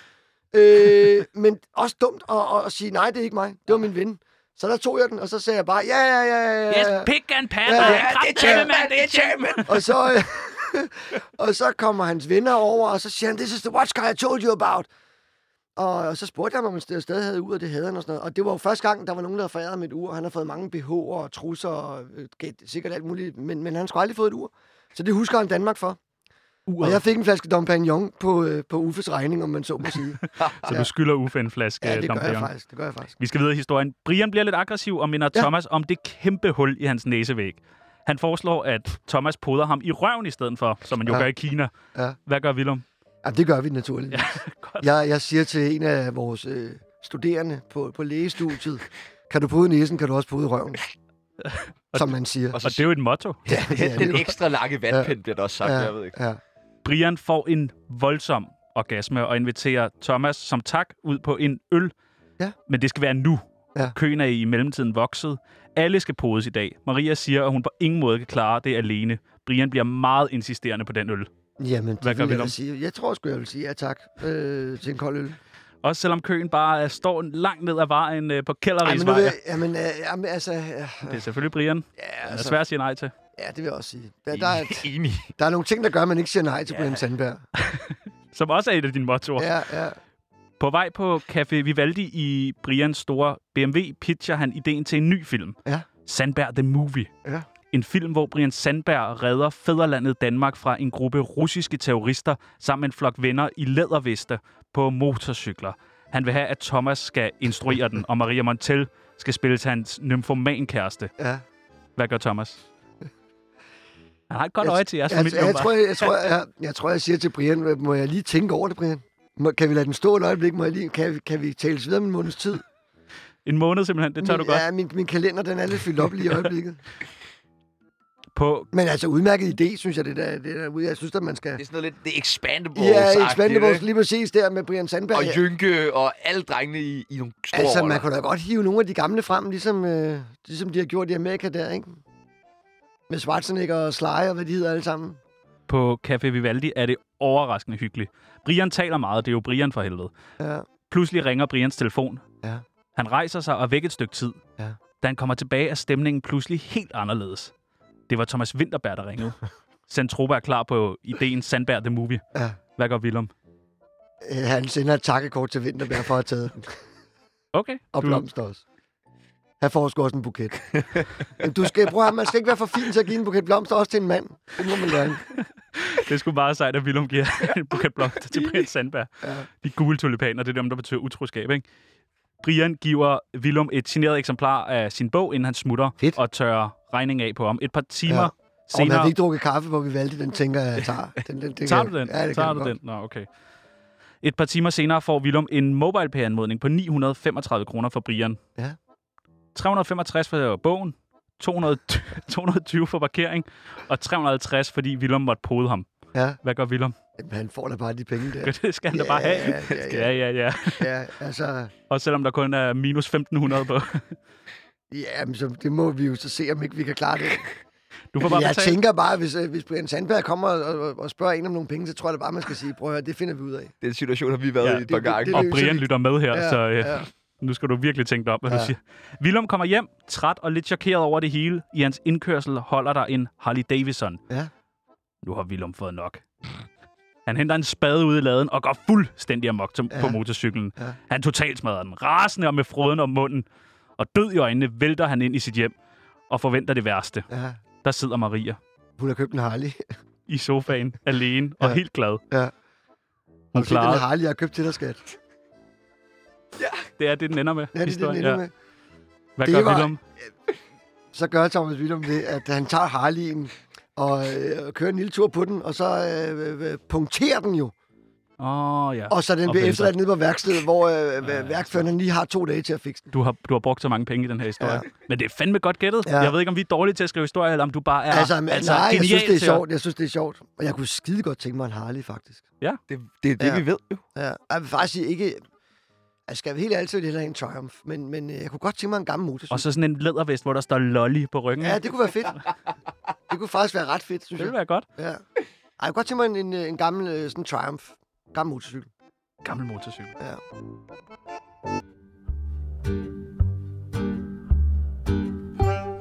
Speaker 3: Øh, men også dumt at, at, at sige, nej, det er ikke mig, det var min ven. Så der tog jeg den, og så sagde jeg bare, ja, ja, ja, ja, ja. ja."
Speaker 4: pick and pat.
Speaker 3: Øh, Ja,
Speaker 4: mand.
Speaker 3: ja,
Speaker 4: Kraft
Speaker 1: det er champ,
Speaker 4: dæmme, mand, det er champ.
Speaker 3: og så, øh, og så kommer hans venner over, og så siger han, this is the watch guy I told you about. Og, og så spurgte jeg ham, om han st- stadig havde ud, og det havde han og sådan noget. Og det var jo første gang, der var nogen, der havde foræret mit ur. Han har fået mange BH'er og trusser og øh, gæt- sikkert alt muligt, men, men han skulle aldrig fået et ur. Så det husker han Danmark for. Og jeg fik en flaske Dom Pignon på, øh, på Uffes regning, om man så må sige.
Speaker 4: Så du skylder Uffe en flaske
Speaker 3: ja, det gør jeg
Speaker 4: Lampæon.
Speaker 3: faktisk. Det gør jeg faktisk.
Speaker 4: Vi skal videre i historien. Brian bliver lidt aggressiv og minder ja.
Speaker 3: Ja.
Speaker 4: Thomas om det kæmpe hul i hans næsevæg. Han foreslår, at Thomas poder ham i røven i stedet for, som man jo ja.
Speaker 3: Ja.
Speaker 4: gør i Kina.
Speaker 3: Ja.
Speaker 4: Hvad gør Willem?
Speaker 3: Ja, det gør vi naturligvis. jeg, jeg siger til en af vores øh, studerende på, på lægestudiet, kan du pude næsen, kan du også pude røven. Som man siger.
Speaker 1: Og så
Speaker 4: Og det er jo et motto.
Speaker 3: Ja,
Speaker 1: ja, den ekstra lange vandpind bliver der også sagt,
Speaker 3: ja,
Speaker 1: jeg ved ikke.
Speaker 3: Ja.
Speaker 4: Brian får en voldsom orgasme og inviterer Thomas som tak ud på en øl.
Speaker 3: Ja.
Speaker 4: Men det skal være nu.
Speaker 3: Ja.
Speaker 4: Køen er i mellemtiden vokset. Alle skal podes i dag. Maria siger, at hun på ingen måde kan klare det alene. Brian bliver meget insisterende på den øl.
Speaker 3: Jamen,
Speaker 4: Hvad
Speaker 3: det
Speaker 4: gør
Speaker 3: vil jeg
Speaker 4: Willem?
Speaker 3: da sige. Jeg tror sgu, jeg vil sige ja tak øh, til en kold øl.
Speaker 4: Også selvom køen bare øh, står langt ned ad vejen øh, på
Speaker 3: Ej, men nu
Speaker 4: Kælderrigsvej.
Speaker 3: vil jeg, jamen, øh, jamen, altså, øh,
Speaker 4: Det er selvfølgelig Brian.
Speaker 3: ja,
Speaker 4: Det er
Speaker 3: altså,
Speaker 4: svært at sige nej til.
Speaker 3: ja, det vil jeg også sige. Der, der, er,
Speaker 1: Enig.
Speaker 3: der er nogle ting, der gør, at man ikke siger nej til ja. Brian Sandberg.
Speaker 4: Som også er et af dine mottoer. Ja.
Speaker 3: Ja, ja.
Speaker 4: På vej på Café Vivaldi i Brians store BMW, pitcher han ideen til en ny film.
Speaker 3: Ja.
Speaker 4: Sandberg The Movie.
Speaker 3: Ja.
Speaker 4: En film, hvor Brian Sandberg redder fædrelandet Danmark fra en gruppe russiske terrorister sammen med en flok venner i læderveste på motorcykler. Han vil have, at Thomas skal instruere den, og Maria Montel skal spille til hans nymphomankæreste.
Speaker 3: ja.
Speaker 4: Hvad gør Thomas? Han har et godt
Speaker 3: Jeg-
Speaker 4: øje til jeres
Speaker 3: Altså,
Speaker 4: familie.
Speaker 3: jeg,
Speaker 4: åbenbart.
Speaker 3: tror, jeg, jeg, tror, jeg, jeg tror, jeg siger til Brian, øh, må jeg lige tænke over det, Brian? Må, kan vi lade den stå et øjeblik? Må jeg lige, kan, vi- kan vi tales videre om en måneds tid?
Speaker 4: En måned simpelthen, det tør du
Speaker 3: min,
Speaker 4: godt.
Speaker 3: Ja, min, min kalender, den er lidt fyldt op lige i øjeblikket.
Speaker 4: På
Speaker 3: Men altså, udmærket idé, synes jeg, det der, det der ude. Jeg synes, at man skal...
Speaker 1: Det er sådan noget lidt det er expandables
Speaker 3: Ja, Expendables lige præcis der med Brian Sandberg.
Speaker 1: Og Jynke og alle drengene i, i nogle store
Speaker 3: altså, man
Speaker 1: roller.
Speaker 3: kunne da godt hive nogle af de gamle frem, ligesom, øh, ligesom de har gjort i Amerika der, ikke? Med Schwarzenegger og Sly og hvad de hedder alle sammen.
Speaker 4: på Café Vivaldi er det overraskende hyggeligt. Brian taler meget, det er jo Brian for helvede.
Speaker 3: Ja.
Speaker 4: Pludselig ringer Brians telefon.
Speaker 3: Ja.
Speaker 4: Han rejser sig og er væk et stykke tid.
Speaker 3: Ja.
Speaker 4: Da han kommer tilbage, er stemningen pludselig helt anderledes. Det var Thomas Winterberg, der ringede. Centropa er klar på ideen Sandberg The Movie.
Speaker 3: Ja.
Speaker 4: Hvad gør Willem?
Speaker 3: Øh, Han sender et takkekort til Vinterberg for at have taget den.
Speaker 4: Okay.
Speaker 3: Og
Speaker 4: du,
Speaker 3: blomster også. Han får sgu også en buket. Men du skal, prøv at, høre, man skal ikke være for fin til at give en buket blomster også til en mand. Det må man gerne.
Speaker 4: Det skulle meget sejt, at Willum giver en buket blomster til Brian Sandberg. De gule tulipaner, det er dem, der betyder utroskab, ikke? Brian giver Willum et signeret eksemplar af sin bog, inden han smutter
Speaker 3: Fedt.
Speaker 4: og tørrer regning af på ham. Et par timer
Speaker 3: Ja.
Speaker 4: ja.
Speaker 3: Og man
Speaker 4: senere...
Speaker 3: har ikke drukket kaffe, hvor vi valgte den, tænker jeg, jeg tager. Den, den, det
Speaker 4: Tager
Speaker 3: kan-
Speaker 4: du den?
Speaker 3: Ja, det
Speaker 4: Tager
Speaker 3: kan
Speaker 4: du
Speaker 3: jeg
Speaker 4: den? Nå, okay. Et par timer senere får Willum en mobile anmodning på 935 kroner for Brian.
Speaker 3: Ja.
Speaker 4: 365 for bogen, 200, 220 for parkering, og 350, fordi Willum måtte pode ham.
Speaker 3: godt. Ja,
Speaker 4: Hvad gør Willum?
Speaker 3: men han får da bare de penge der.
Speaker 4: Det skal han da bare have.
Speaker 3: Ja, ja, ja.
Speaker 4: Ja, ja, ja.
Speaker 3: Ja, altså,
Speaker 4: Og selvom der kun er minus 1.500 på.
Speaker 3: ja, men så, det må vi jo så se, om ikke vi kan klare det.
Speaker 4: Du får bare
Speaker 3: jeg
Speaker 4: betalt.
Speaker 3: tænker bare, hvis, øh, hvis Brian Sandberg kommer og, og, og spørger en om nogle penge, så tror jeg da bare, man skal sige, prøv at høre, det finder vi ud af.
Speaker 1: Den situation har vi været
Speaker 4: Ja,
Speaker 1: ja, i et par
Speaker 3: det- det-
Speaker 1: gange.
Speaker 3: det-
Speaker 4: Og
Speaker 3: jo så
Speaker 4: Brian
Speaker 3: vildt.
Speaker 4: lytter med her,
Speaker 3: Ja,
Speaker 4: så øh,
Speaker 3: ja.
Speaker 4: nu skal du virkelig tænke dig op, hvad
Speaker 3: Ja.
Speaker 4: du siger. Willum kommer hjem, træt og lidt chokeret over det hele. I hans indkørsel holder der en Harley Davidson.
Speaker 3: Ja.
Speaker 4: Nu har Willum fået nok. Han henter en spade ud i laden og går fuldstændig amok til, ja. på
Speaker 3: Ja.
Speaker 4: motorcyklen.
Speaker 3: Ja.
Speaker 4: Han totalt smadrer den, rasende og med froden om munden. Og død i øjnene vælter han ind i sit hjem og forventer det værste.
Speaker 3: Ja.
Speaker 4: Der sidder Maria
Speaker 3: Hun har købt en Harley.
Speaker 4: i sofaen, alene og
Speaker 3: Ja.
Speaker 4: helt glad.
Speaker 3: Ja.
Speaker 4: Hun
Speaker 3: Hun klarede.
Speaker 4: klarede,
Speaker 3: Den Harley, jeg har købt til dig, skat.
Speaker 4: det er det, den ender med.
Speaker 3: Ja, det, er det, den
Speaker 4: historien.
Speaker 3: ender med.
Speaker 4: Hvad
Speaker 3: Det
Speaker 4: gør
Speaker 3: var-
Speaker 4: Willum?
Speaker 3: Så gør Thomas Willum det, at han tager Harley'en og øh, kører en lille tur på den, og så øh, øh, punkterer den jo.
Speaker 4: Åh, oh, ja.
Speaker 3: Og så den
Speaker 4: Og
Speaker 3: bliver
Speaker 4: vælter.
Speaker 3: efterladt nede på værkstedet, hvor øh, øh, værkføreren han lige har to dage til at fikse den.
Speaker 4: Du har, du har brugt så mange penge i den her historie. Ja.
Speaker 3: Ja.
Speaker 4: Men det er fandme godt gættet. Ja.
Speaker 3: Ja.
Speaker 4: Jeg ved ikke, om vi er dårlige til at skrive historier, eller om du bare er
Speaker 3: Altså, altså, nej, jeg synes,
Speaker 4: genial
Speaker 3: det er
Speaker 4: til at-
Speaker 3: sjovt. Jeg synes, det er sjovt. Og jeg kunne skide godt tænke mig en Harley, faktisk.
Speaker 1: Det, det er det,
Speaker 3: Ja.
Speaker 1: vi ved jo.
Speaker 3: Ja, jeg vil faktisk sige, ikke... Altså, skal jeg helt altid hellere have en Triumph, men, men øh, jeg kunne godt tænke mig en gammel
Speaker 4: Og
Speaker 3: motorcykel.
Speaker 4: så sådan en lædervest, hvor der står lolly på ryggen.
Speaker 3: Ja, det kunne være fedt. Det kunne faktisk være ret fedt, synes
Speaker 4: det ville
Speaker 3: jeg.
Speaker 4: være godt.
Speaker 3: Ja. Ej, jeg kunne godt tænke mig en, en, øh, en gammel øh, sådan Triumph. Gammel motorcykel.
Speaker 4: Gammel motorcykel.
Speaker 3: Ja.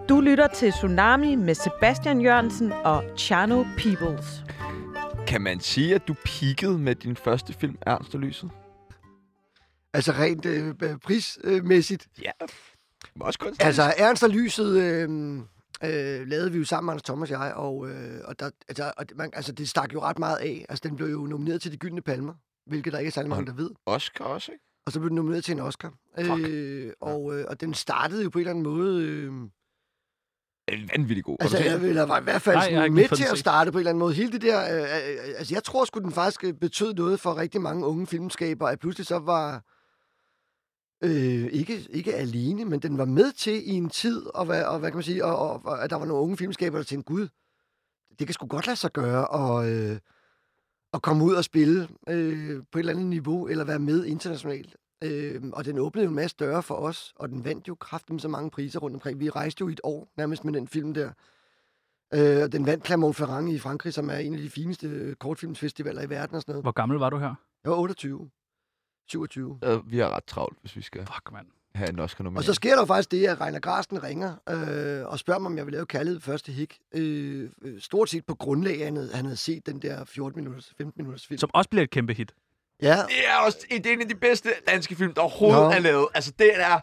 Speaker 5: Du lytter til Tsunami med Sebastian Jørgensen og Chano Peoples.
Speaker 1: Kan man sige, at du peakede med din første film, Ernst og Lyset?
Speaker 3: Altså rent øh, øh, prismæssigt.
Speaker 1: Ja. Også kun
Speaker 3: Altså, Ernst og Lyset øh, øh, lavede vi jo sammen, Anders Thomas og jeg, og, øh, og, der, altså, og det- man, altså, det stak jo ret meget af. Altså, den blev jo nomineret til De Gyldne Palmer, hvilket der ikke er særlig mange, der ved.
Speaker 1: Oscar også, ikke?
Speaker 3: Og så blev den nomineret til en Oscar.
Speaker 1: Fuck.
Speaker 3: Øh, og, øh, og den startede jo på en eller anden måde... Øh,
Speaker 1: Er vanvittig god.
Speaker 3: altså,
Speaker 1: Altså,
Speaker 3: jeg, vil- der var i hvert fald
Speaker 4: Nej, jeg har
Speaker 3: Nej,
Speaker 4: ikke
Speaker 3: med
Speaker 4: lige fået
Speaker 3: til
Speaker 4: den
Speaker 3: at
Speaker 4: set.
Speaker 3: starte på en eller anden måde. Hele det der... Øh, øh, øh, altså, jeg tror sgu, den faktisk øh, betød noget for rigtig mange unge filmskaber, at pludselig så var... Øh, ikke, ikke alene, men den var med til i en tid, og hvad, og hvad kan man sige, og, og, og, at der var nogle unge filmskaber, der tænkte, gud, det kan sgu godt lade sig gøre, og... Øh, at komme ud og spille øh, på et eller andet niveau, eller være med internationalt. Øh, og den åbnede jo en masse døre for os, og den vandt jo kraften så mange priser rundt omkring. Vi rejste jo i et år nærmest med den film der. Øh, og den vandt Clermont-Ferrand i Frankrig, som er en af de fineste øh, kortfilmsfestivaler i verden og sådan noget.
Speaker 4: Hvor gammel var du her?
Speaker 3: Jeg var 28. 27.
Speaker 1: øh, vi har ret travlt, hvis vi skal
Speaker 4: Fuck, mand.
Speaker 1: have en oscar
Speaker 3: Og
Speaker 1: nominering
Speaker 3: så sker der jo faktisk det, at Reiner Grasten ringer øh, og spørger mig, om jeg vil lave Kærlighed første hik. Øh, øh, stort set på grundlag af, at han havde- han havde set den der 14-minutters, 15-minutters film.
Speaker 4: Som også bliver et kæmpe hit.
Speaker 3: Ja,
Speaker 1: Det er også det er en af de bedste danske film, der overhovedet
Speaker 3: Nå.
Speaker 1: er lavet. Altså, det er...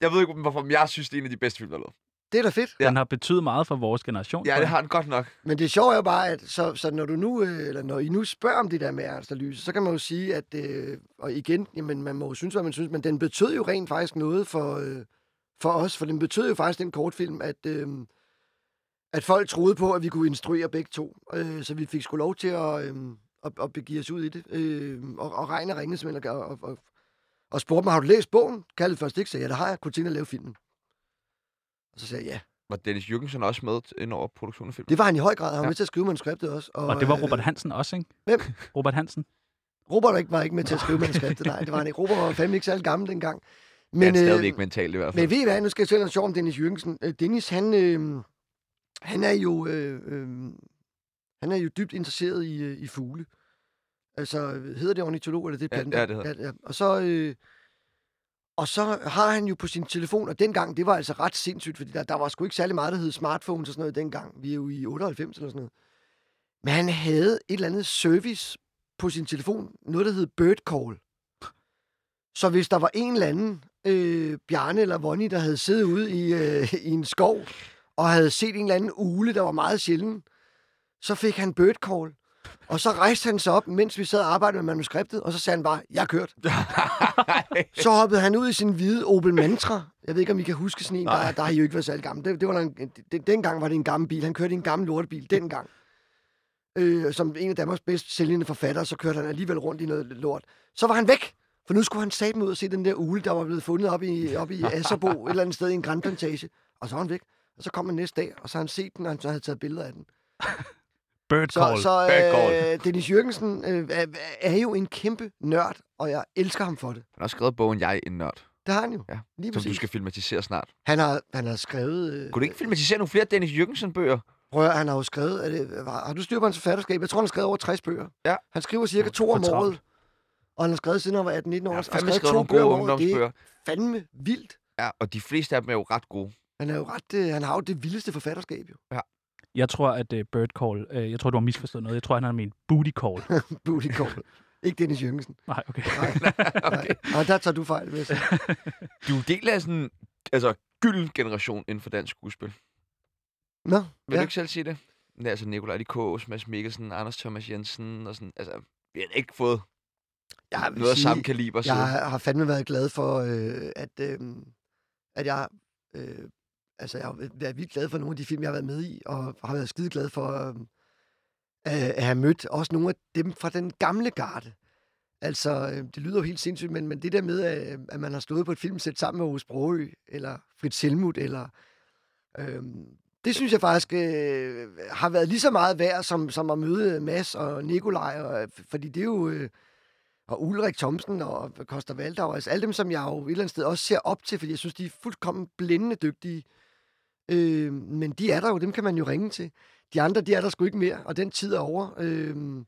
Speaker 1: Jeg ved ikke, hvorfor, men jeg synes, det er en af de bedste film, der er lavet.
Speaker 3: det er da fedt.
Speaker 1: Ja.
Speaker 4: Den har betydet meget for vores generation. tror
Speaker 1: Ja,
Speaker 4: jeg.
Speaker 1: det har den godt nok.
Speaker 3: Men det sjove er jo bare, at så, så når, du nu, øh, eller når I nu spørger om det der med Ernst og Lyse, så kan man jo sige, at, øh, og igen, jamen, man må jo synes, hvad man synes, men den betød jo rent faktisk noget for, øh, for os, for den betød jo faktisk den kortfilm, at, øh, at folk troede på, at vi kunne instruere begge to. Øh, så vi fik sgu lov til at, øh, at, at begive os ud i det. Øh, og, og Regner ringede simpelthen og, og, og, og spurgte mig, har du læst bogen? Kaldte først ikke, sagde jeg, ja, det har jeg, kunne tænke at lave filmen. Og så sagde jeg, ja.
Speaker 1: Var Dennis Jürgensen også med t- ind over produktionen af filmen?
Speaker 3: Det var han i høj grad, han var
Speaker 4: Ja.
Speaker 3: med til at skrive manuskriptet også.
Speaker 4: Og det var
Speaker 3: øh,
Speaker 4: Robert Hansen også, ikke?
Speaker 3: Hvem?
Speaker 4: Robert Hansen.
Speaker 3: Robert var ikke, var ikke med til at skrive manuskriptet, nej, det var han ikke. Robert var fandme ikke særlig gammel dengang.
Speaker 1: men, han er
Speaker 3: øh,
Speaker 1: stadig ikke mentalt i hvert fald.
Speaker 3: men ved I hvad, nu skal jeg tælle noget sjovt om Dennis Jørgensen. Øh, Dennis, han, øh, han er jo øh, øh, han er jo dybt interesseret i, øh, i fugle. Altså, hedder det ornitolog, eller det er
Speaker 1: Ja,
Speaker 3: planter?
Speaker 1: ja, det hedder
Speaker 3: ja, ja. Og så... Øh, og så har han jo på sin telefon, og dengang, det var altså ret sindssygt, fordi der, der var sgu ikke særlig meget, der hed smartphones og sådan noget dengang. Vi er jo i 98 eller sådan noget. Men han havde et eller andet service på sin telefon, noget der hed Bird Call. Så hvis der var en eller anden, øh, Bjarne eller Vonnie, der havde siddet ude i, øh, i en skov, og havde set en eller anden ule, der var meget sjælden, så fik han bird call. Og så rejste han sig op, mens vi sad og arbejdede med manuskriptet, og så sagde han bare, jeg er kørt. så hoppede han ud i sin hvide Opel Mantra. Jeg ved ikke, om I kan huske sådan en, der, der har I jo ikke været særlig gammel. Det, det var der en, det, dengang var det en gammel bil. Han kørte i en gammel lortebil dengang. Øh, som en af Danmarks bedst sælgende forfattere, så kørte han alligevel rundt i noget lort. Så var han væk, for nu skulle han satme ud og se den der ule, der var blevet fundet op i, op i Asserbo, et eller andet sted i en grandplantage. Og så var han væk. Og så kom han næste dag, og så havde han set den, og han så havde taget billeder af den.
Speaker 4: Bird
Speaker 3: Så,
Speaker 4: call.
Speaker 3: så
Speaker 1: Bad
Speaker 3: øh,
Speaker 1: call.
Speaker 3: Dennis Jørgensen øh, er, er jo en kæmpe nørd, og jeg elsker ham for det.
Speaker 1: Han har også skrevet bogen Jeg er en nørd,
Speaker 3: Det har han jo.
Speaker 1: Ja, som du
Speaker 3: Lige præcis.
Speaker 1: skal filmatisere snart.
Speaker 3: Han, har, han har skrevet... Øh,
Speaker 1: Kunne du ikke filmatisere nogle flere Dennis Jørgensen-bøger?
Speaker 3: Prøv at, høre, han har jo skrevet... Er det, har har du styr på hans forfatterskab? Jeg tror, han har skrevet over 60 bøger.
Speaker 1: Ja.
Speaker 3: Han skriver cirka to
Speaker 4: for
Speaker 3: om
Speaker 4: travlt.
Speaker 3: året. Og han har skrevet siden han var 18-19 år.
Speaker 1: Jeg har
Speaker 3: og
Speaker 1: fandme skrevet nogle gode ungdomsbøger.
Speaker 3: Det er fandme vildt.
Speaker 1: Ja, og de fleste af dem er jo ret gode.
Speaker 3: Han, er jo ret, øh, han har jo det vildeste forfatterskab, jo.
Speaker 4: Jeg tror, at uh, bird call... Uh, jeg tror, du har misforstået noget. Jeg tror, han har ment booty call.
Speaker 3: Booty Call. ikke Dennis Jørgensen.
Speaker 4: Nej, okay.
Speaker 3: Nej, okay. Nej, der tager du fejl, vil jeg sige.
Speaker 1: Du er del af sådan altså, gylden generation inden for dansk skuespil.
Speaker 3: Nå,
Speaker 1: Vil ja. du
Speaker 3: ja.
Speaker 1: ikke selv sige det? Ja, altså Nikolaj Likås, Mads Mikkelsen, Anders Thomas Jensen og sådan. Altså, vi har ikke fået
Speaker 3: Jeg vil
Speaker 1: noget af
Speaker 3: sige-
Speaker 1: samme kaliber siden.
Speaker 3: Jeg har fandme været glad for, øh, at, øh, at jeg... Øh, altså, jeg har været vildt glad for nogle af de film, jeg har været med i, og har været skide glad for øh, at at have mødt også nogle af dem fra den gamle garde. Altså, øh, det lyder jo helt sindssygt, men, men det der med, at, at man har stået på et filmsæt sammen med Ove Sprogø, eller Fritz Helmut, eller... Øh, det synes jeg faktisk øh, har været lige så meget værd, som, som at møde Mads og Nikolaj, og, fordi det er jo... Øh, og Ulrik Thomsen og Koster Valdau, altså alle dem, som jeg jo et eller andet sted også ser op til, fordi jeg synes, de er fuldkommen blændende dygtige. Øh, men de er der jo, dem kan man jo ringe til. De andre, de er der sgu ikke mere, og den tid er over. Øh,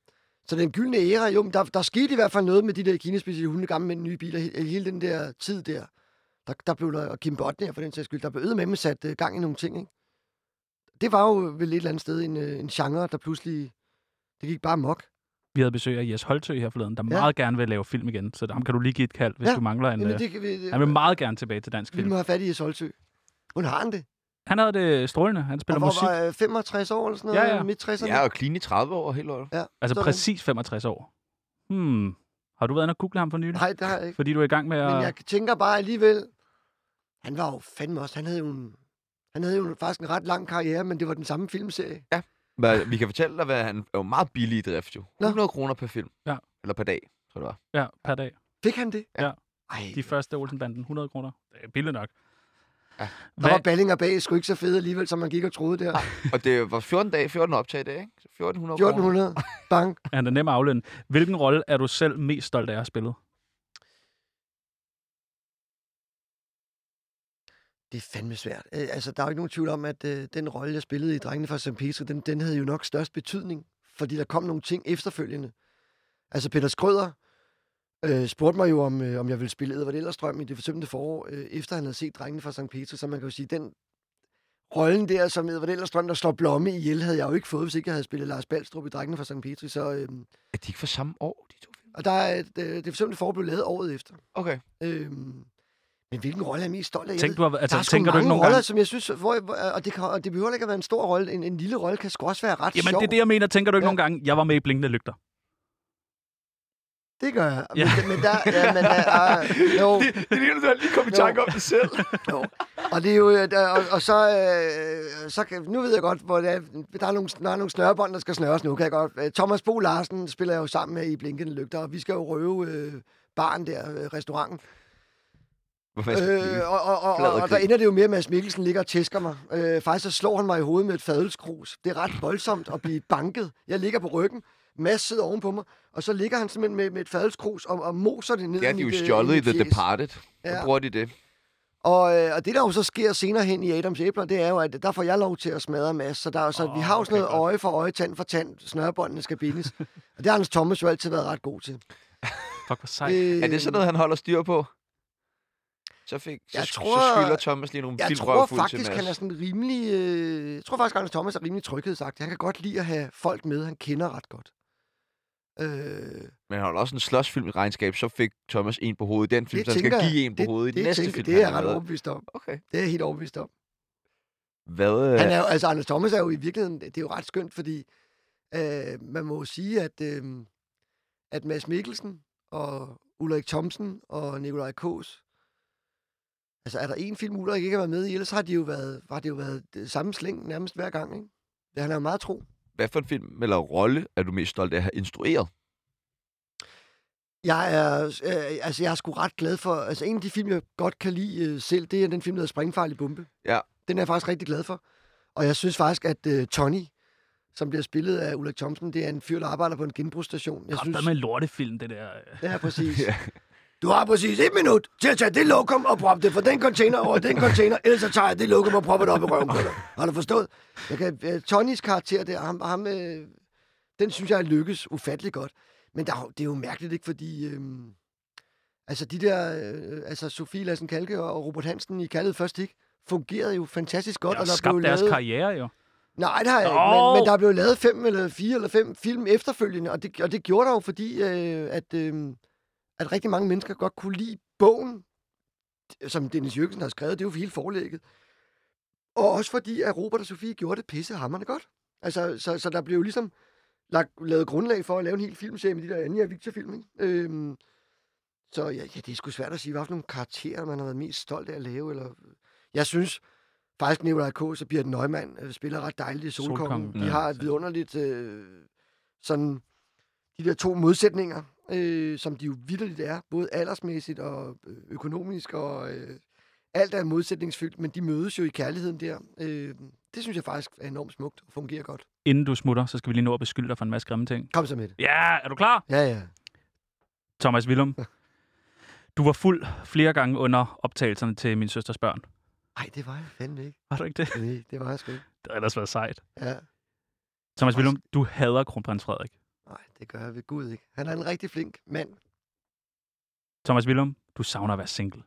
Speaker 3: så den gyldne æra, jo, men der, der skete i hvert fald noget med de der kinespecielle hunde, gamle mænd, nye biler, he, hele den der tid der. Der, der blev der, og Kim Bodner for den sags skyld, der blev med sat øh, gang i nogle ting, ikke? Det var jo vel et eller andet sted en, øh, en genre, der pludselig, det gik bare mok.
Speaker 4: Vi havde besøg af Jes Holtø her forleden, der
Speaker 3: Ja.
Speaker 4: ja. meget gerne vil lave film igen. Så ham kan du lige give et kald, hvis
Speaker 3: Ja,
Speaker 4: ja. du mangler en...
Speaker 3: Jamen,
Speaker 4: Jamen,
Speaker 3: det, kan vi,
Speaker 4: Han vil meget gerne tilbage til dansk
Speaker 3: Vi må
Speaker 4: film.
Speaker 3: have fat i Jes Holtsø. Hun har han det.
Speaker 4: Han havde det øh, strålende. Han
Speaker 3: Og
Speaker 4: spiller
Speaker 3: hvor
Speaker 4: musik.
Speaker 3: var øh, 65 år eller sådan
Speaker 4: Ja,
Speaker 3: noget? Ja, ja.
Speaker 4: ja.
Speaker 3: Midt 60'erne?
Speaker 1: Jeg er jo clean i 30 år helt året.
Speaker 3: ja.
Speaker 4: Altså
Speaker 3: sådan.
Speaker 4: præcis 65 år. Hmm. Har du været inde og google ham for nylig?
Speaker 3: Nej, det har jeg ikke.
Speaker 4: Fordi du er i gang med at...
Speaker 3: Men jeg tænker bare alligevel, han var jo fandme også, han havde jo en, han havde jo faktisk en ret lang karriere, men det var den samme filmserie.
Speaker 1: Men vi kan fortælle dig, hvad han er jo meget billig i drift jo.
Speaker 3: Nå.
Speaker 1: 100 kroner per film.
Speaker 4: Ja.
Speaker 1: Eller per dag, tror jeg det var.
Speaker 4: Ja, per dag.
Speaker 3: Fik han det?
Speaker 4: Ja.
Speaker 3: Ej,
Speaker 4: De første Olsenbanden, 100 kroner. Det er billigt nok.
Speaker 1: Ja.
Speaker 3: der
Speaker 4: Hvad,
Speaker 3: var ballinger bag, sgu ikke så fede alligevel, som man gik og troede der.
Speaker 1: Og det var 14 dage, 14 optag i dag, ikke? Så 1400 kroner.
Speaker 3: 1400, bang.
Speaker 4: han er nem at aflønne. Hvilken rolle er du selv mest stolt af at have spillet?
Speaker 3: Det er fandme svært. Øh, altså, der er jo ikke nogen tvivl om, at øh, den rolle, jeg spillede i Drengene fra St. Petri, den, den havde jo nok størst betydning, fordi der kom nogle ting efterfølgende. Altså, Peter Skrøder øh, spurgte mig jo, om, øh, om jeg ville spille Edvard Ellerstrøm i det forsømte forår, øh, efter han havde set Drengene fra St. Petri, så man kan jo sige, den rollen der, som Edvard Ellerstrøm, der slår blomme ihjel, havde jeg jo ikke fået, hvis ikke jeg havde spillet Lars Balstrup i Drengene fra St. Petri, så... Øh,
Speaker 1: Er de ikke fra samme år, de to film?
Speaker 3: og der er, øh, det, det forsømte forår blev lavet året efter.
Speaker 1: Okay.
Speaker 3: Øh, men hvilken rolle er jeg mest stolt af? Jeg ved-
Speaker 4: Tænk, du har, altså,
Speaker 3: der er sgu
Speaker 4: tænker du
Speaker 3: mange
Speaker 4: ikke nogen
Speaker 3: roller,
Speaker 4: gange...
Speaker 3: som jeg synes, hvor, hvor- og, det kan, og det behøver ikke at være en stor rolle. En, en lille rolle kan sgu også være ret
Speaker 4: Jamen,
Speaker 3: sjov.
Speaker 4: det er det, jeg mener. Tænker du ikke
Speaker 3: Ja.
Speaker 4: ja. nogen gange, jeg var med i Blinkende Lygter?
Speaker 3: det gør jeg.
Speaker 4: Ja.
Speaker 3: Men, men der, ja, men, uh, uh, jo,
Speaker 1: det er lige, du har lige kommet
Speaker 3: i Jo. Øh, tanke
Speaker 1: om det selv.
Speaker 3: jo. Og det er jo, øh, der- og, og så, øh, så kan, nu ved jeg godt, hvor det er, der, er nogle, der er nogle snørebånd, der skal snøres nu, kan jeg godt. Øh, Thomas Bo Larsen spiller jeg jo sammen med i Blinkende Lygter, og vi skal jo røve øh, baren der, øh, restauranten.
Speaker 1: Hvorfor
Speaker 3: Øh, og, og, og,
Speaker 1: Flad
Speaker 3: og,
Speaker 1: og
Speaker 3: og der
Speaker 1: grin.
Speaker 3: ender det jo med, at Mads Mikkelsen ligger og tæsker mig. Øh, faktisk så slår han mig i hovedet med et fadelskrus. Det er ret voldsomt at blive banket. Jeg ligger på ryggen, Mads sidder ovenpå mig, og så ligger han simpelthen med, med et fadelskrus og, og moser det ned.
Speaker 1: Ja,
Speaker 3: i
Speaker 1: de er jo
Speaker 3: mit, øh,
Speaker 1: stjålet i
Speaker 3: mit
Speaker 1: The
Speaker 3: fjes.
Speaker 1: Departed. Ja.
Speaker 3: Ja.
Speaker 1: bruger de det.
Speaker 3: Og, øh, og det, der jo så sker senere hen i Adams æbler, det er jo, at der får jeg lov til at smadre Mads. Så, der, er jo så oh, vi har jo sådan noget øje for øje, tand for tand, snørbåndene skal bindes. og det har Anders Thomas jo altid været ret god til.
Speaker 4: Fuck, hvor sejt.
Speaker 3: Øh,
Speaker 1: Er det sådan noget, han holder styr på? Så, fik, så,
Speaker 3: Jeg
Speaker 1: jeg tror, så
Speaker 3: tror-
Speaker 1: skylder Thomas lige nogle
Speaker 3: Jeg
Speaker 1: vildt
Speaker 3: tror
Speaker 1: røvfulde til
Speaker 3: faktisk,
Speaker 1: Mads.
Speaker 3: han er sådan rimelig... Øh, jeg tror faktisk, Anders Thomas er rimelig tryghedsagtig. Han kan godt lide at have folk med, han kender ret godt. Øh,
Speaker 1: Men han har jo også en slåsfilmregnskab, så fik Thomas en på hovedet i den film,
Speaker 3: Det
Speaker 1: så han skal
Speaker 3: tænker jeg.
Speaker 1: give en på
Speaker 3: det,
Speaker 1: hovedet i den
Speaker 3: det,
Speaker 1: næste
Speaker 3: tænker-
Speaker 1: film.
Speaker 3: det er
Speaker 1: han
Speaker 3: jeg
Speaker 1: har
Speaker 3: ret
Speaker 1: lavet.
Speaker 3: overbevist om.
Speaker 1: Okay.
Speaker 3: Det er jeg helt overbevist om.
Speaker 1: Hvad, øh,
Speaker 3: Han er, jo- altså, Anders Thomas er jo i virkeligheden, det er jo ret skønt, fordi øh, man må jo sige, at, øh, at Mads Mikkelsen og Ulrik Thomsen og Nikolaj Kås, altså er der en film, Ulrik ikke har været med i, ellers har, de jo været, har det jo været det samme slæng nærmest hver gang, ikke? Det, han er jo meget tro.
Speaker 1: hvad for en film eller rolle er du mest stolt af at have instrueret?
Speaker 3: Jeg er, øh, altså, jeg er sgu ret glad for... Altså, en af de film, jeg godt kan lide øh, selv, det er den film, der hedder Springfarlig Bombe.
Speaker 1: Ja.
Speaker 3: Den er jeg faktisk rigtig glad for. Og jeg synes faktisk, at øh, Tony, som bliver spillet af Ulrik Thomsen, det er en fyr, der arbejder på en genbrugsstation. Jeg
Speaker 4: Jeg synes... med lortefilm, det der.
Speaker 3: Ja, præcis. Du har præcis et minut til at tage det lokum og proppe det fra den container over i den container, ellers så tager jeg det lokum og propper det op i røven på dig. Har du forstået? Jeg kan, uh, Tonys karakter der, ham, ham, øh, den synes jeg lykkes ufattelig godt. Men der, er jo- det er jo mærkeligt, ikke? Fordi øh, altså de der, øh, altså Sofie Lassen Kalke og Robert Hansen i Kaldet Først Ikke, fungerede jo fantastisk godt.
Speaker 4: Og
Speaker 3: der
Speaker 4: skabt
Speaker 3: blev
Speaker 4: deres
Speaker 3: lavet-
Speaker 4: karriere, jo.
Speaker 3: Nej, det har jeg ikke,
Speaker 4: Nå!
Speaker 3: men, men der blev lavet fem eller fire eller fem film efterfølgende, og det, og det gjorde der jo, fordi øh, at, øh, at rigtig mange mennesker godt kunne lide bogen, som Dennis Jørgensen har skrevet, det er jo hele forlægget. Og også fordi, at Robert og Sofie gjorde det pissehammerne godt. Altså, så, så der blev jo ligesom lagt, lavet grundlag for at lave en hel filmserie med de der Anja og Victor film, ikke? Øhm, så ja, ja, det er sgu svært at sige, hvad for nogle karakterer, man har været mest stolt af at lave. Eller... Jeg synes faktisk, Nicolaj K. så Birgit Neumann øh, spiller ret dejligt i Solkongen.
Speaker 4: Solkongen,
Speaker 3: Solkongen de
Speaker 4: ja.
Speaker 3: har et vidunderligt øh, sådan de der to modsætninger, øh, som de jo vidderligt er, både aldersmæssigt og øh, økonomisk, og øh, alt er modsætningsfyldt, men de mødes jo i kærligheden der. Øh, det synes jeg faktisk er enormt smukt og fungerer godt.
Speaker 4: Inden du smutter, så skal vi lige nå at beskylde dig for en masse grimme ting.
Speaker 3: Kom så med det.
Speaker 4: Ja, er du klar?
Speaker 3: Ja, ja.
Speaker 4: Thomas Willum. Du var fuld flere gange under optagelserne til min søsters børn.
Speaker 3: Nej, det var jeg fandme ikke.
Speaker 4: Var du ikke det?
Speaker 3: Nej, det var jeg sgu ikke.
Speaker 4: Det har ellers været sejt.
Speaker 3: Ja.
Speaker 4: Thomas Willum, du hader kronprins Frederik.
Speaker 3: Nej, det gør jeg ved Gud ikke. Han er en rigtig flink mand.
Speaker 4: Thomas Willum, du savner at være single.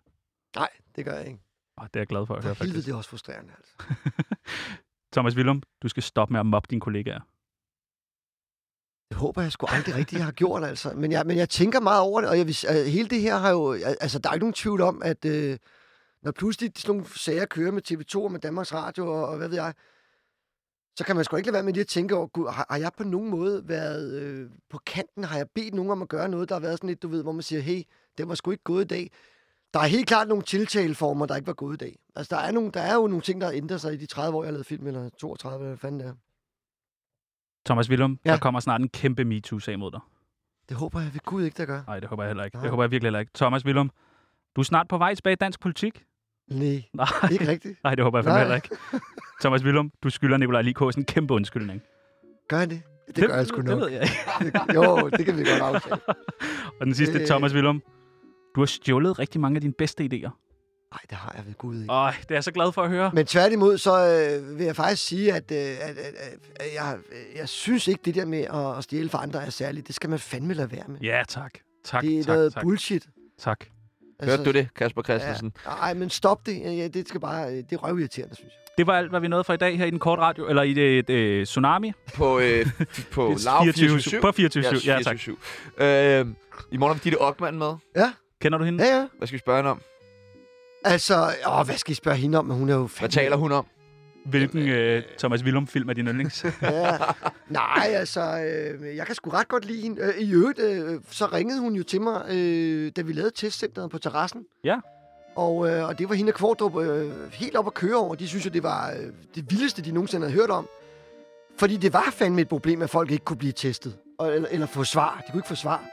Speaker 3: Nej, det gør jeg ikke.
Speaker 4: Og det er jeg glad for at høre,
Speaker 3: For helvede,
Speaker 4: faktisk.
Speaker 3: det er også frustrerende. Altså.
Speaker 4: Thomas Willum, du skal stoppe med at mobbe dine kollegaer.
Speaker 3: Det håber jeg sgu aldrig rigtigt, jeg har gjort, altså. Men jeg, men jeg tænker meget over det, og jeg, vil s- øh, hele det her har jo... Altså, der er ikke nogen tvivl om, at øh, når pludselig sådan nogle sager kører med TV2 og med Danmarks Radio og, og hvad ved jeg, så kan man sgu ikke lade være med lige at tænke over, gud, har, har jeg på nogen måde været øh, på kanten? Har jeg bedt nogen om at gøre noget, der har været sådan lidt, du ved, hvor man siger, hey, det var sgu ikke gået i dag. Der er helt klart nogle tiltaleformer, der ikke var gået i dag. Altså, der er, nogle, der er jo nogle ting, der har ændret sig i de 30 år, jeg har lavet film, eller 32, eller hvad fanden det er.
Speaker 4: Thomas Willum, ja.
Speaker 3: Ja.
Speaker 4: der kommer snart en kæmpe MeToo-sag mod dig.
Speaker 3: Det håber jeg ved Gud ikke, der gør.
Speaker 4: Nej, det håber jeg heller ikke. Det
Speaker 3: Nej.
Speaker 4: håber jeg virkelig heller ikke. Thomas Willum, du er snart på vej tilbage i dansk politik.
Speaker 3: Nej,
Speaker 4: Nej,
Speaker 3: ikke rigtigt.
Speaker 4: nej det håber jeg fandme
Speaker 3: Nej.
Speaker 4: heller ikke. Thomas Willum, du skylder Nikolaj Likås en kæmpe undskyldning.
Speaker 3: Gør han det? Det gør jeg sgu
Speaker 4: Det
Speaker 3: nok.
Speaker 4: ved jeg ikke.
Speaker 3: Jo, det kan vi godt aftale.
Speaker 4: Og den sidste,
Speaker 3: Øh.
Speaker 4: Thomas Willum, du har stjålet rigtig mange af dine bedste idéer.
Speaker 3: Nej, det har jeg ved Gud ikke.
Speaker 4: Øj, det er jeg så glad for at høre.
Speaker 3: Men tværtimod, så øh, vil jeg faktisk sige, at, øh, at, at, at, at jeg, jeg synes ikke, det der med at, at stjæle for andre er særligt. Det skal man fandme lade være med.
Speaker 4: Ja, tak. Tak,
Speaker 3: det er
Speaker 4: tak,
Speaker 3: noget
Speaker 4: tak,
Speaker 3: bullshit.
Speaker 4: tak.
Speaker 3: Altså-
Speaker 1: Hørte du det, Kasper Christensen?
Speaker 3: Nej, men stop det. Ja, Ja, det skal bare... øh, Det er røvirriterende, synes jeg.
Speaker 4: Det var alt, hvad vi nåede for i dag her i den korte radio, eller i det, det Tsunami.
Speaker 1: På, øh, på Lav 24
Speaker 4: På 24 ja,
Speaker 1: tak.
Speaker 4: tak.
Speaker 1: Øh, I morgen har vi Ditte Ockmann med.
Speaker 4: Kender du hende?
Speaker 3: Ja, ja.
Speaker 1: Hvad skal vi spørge hende om?
Speaker 3: Altså, åh, hvad skal I spørge hende om? Hun er jo fandme...
Speaker 1: Hvad taler hun om?
Speaker 4: Hvilken øh, Thomas Willum-film er din yndlings?
Speaker 3: Ja. Nej, altså, øh, jeg kan sgu ret godt lide hende. Øh, I øvrigt, øh, så ringede hun jo til mig, øh, da vi lavede testcenteret på terrassen.
Speaker 4: Ja.
Speaker 3: Og, øh, og det var hende og Kvartrup øh, helt op at køre over. De synes jo, det var øh, det vildeste, de nogensinde havde hørt om. Fordi det var fandme et problem, at folk ikke kunne blive testet. Og, eller, eller få svar. De kunne ikke få svar.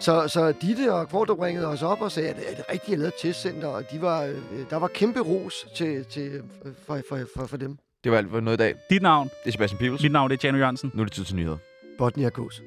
Speaker 3: Så, så Ditte og Kvartrup ringede os op og sagde, at er det rigtigt, jeg lavede et testcenter? Og de var, øh, der var kæmpe ros til, til, øh, for, for, for, for dem.
Speaker 1: Det var alt for noget i dag.
Speaker 4: Dit navn.
Speaker 1: Det er Sebastian Pibels.
Speaker 4: Mit navn det er Janu Jørgensen.
Speaker 1: Nu er det tid til nyheder.
Speaker 3: Botnia Gås.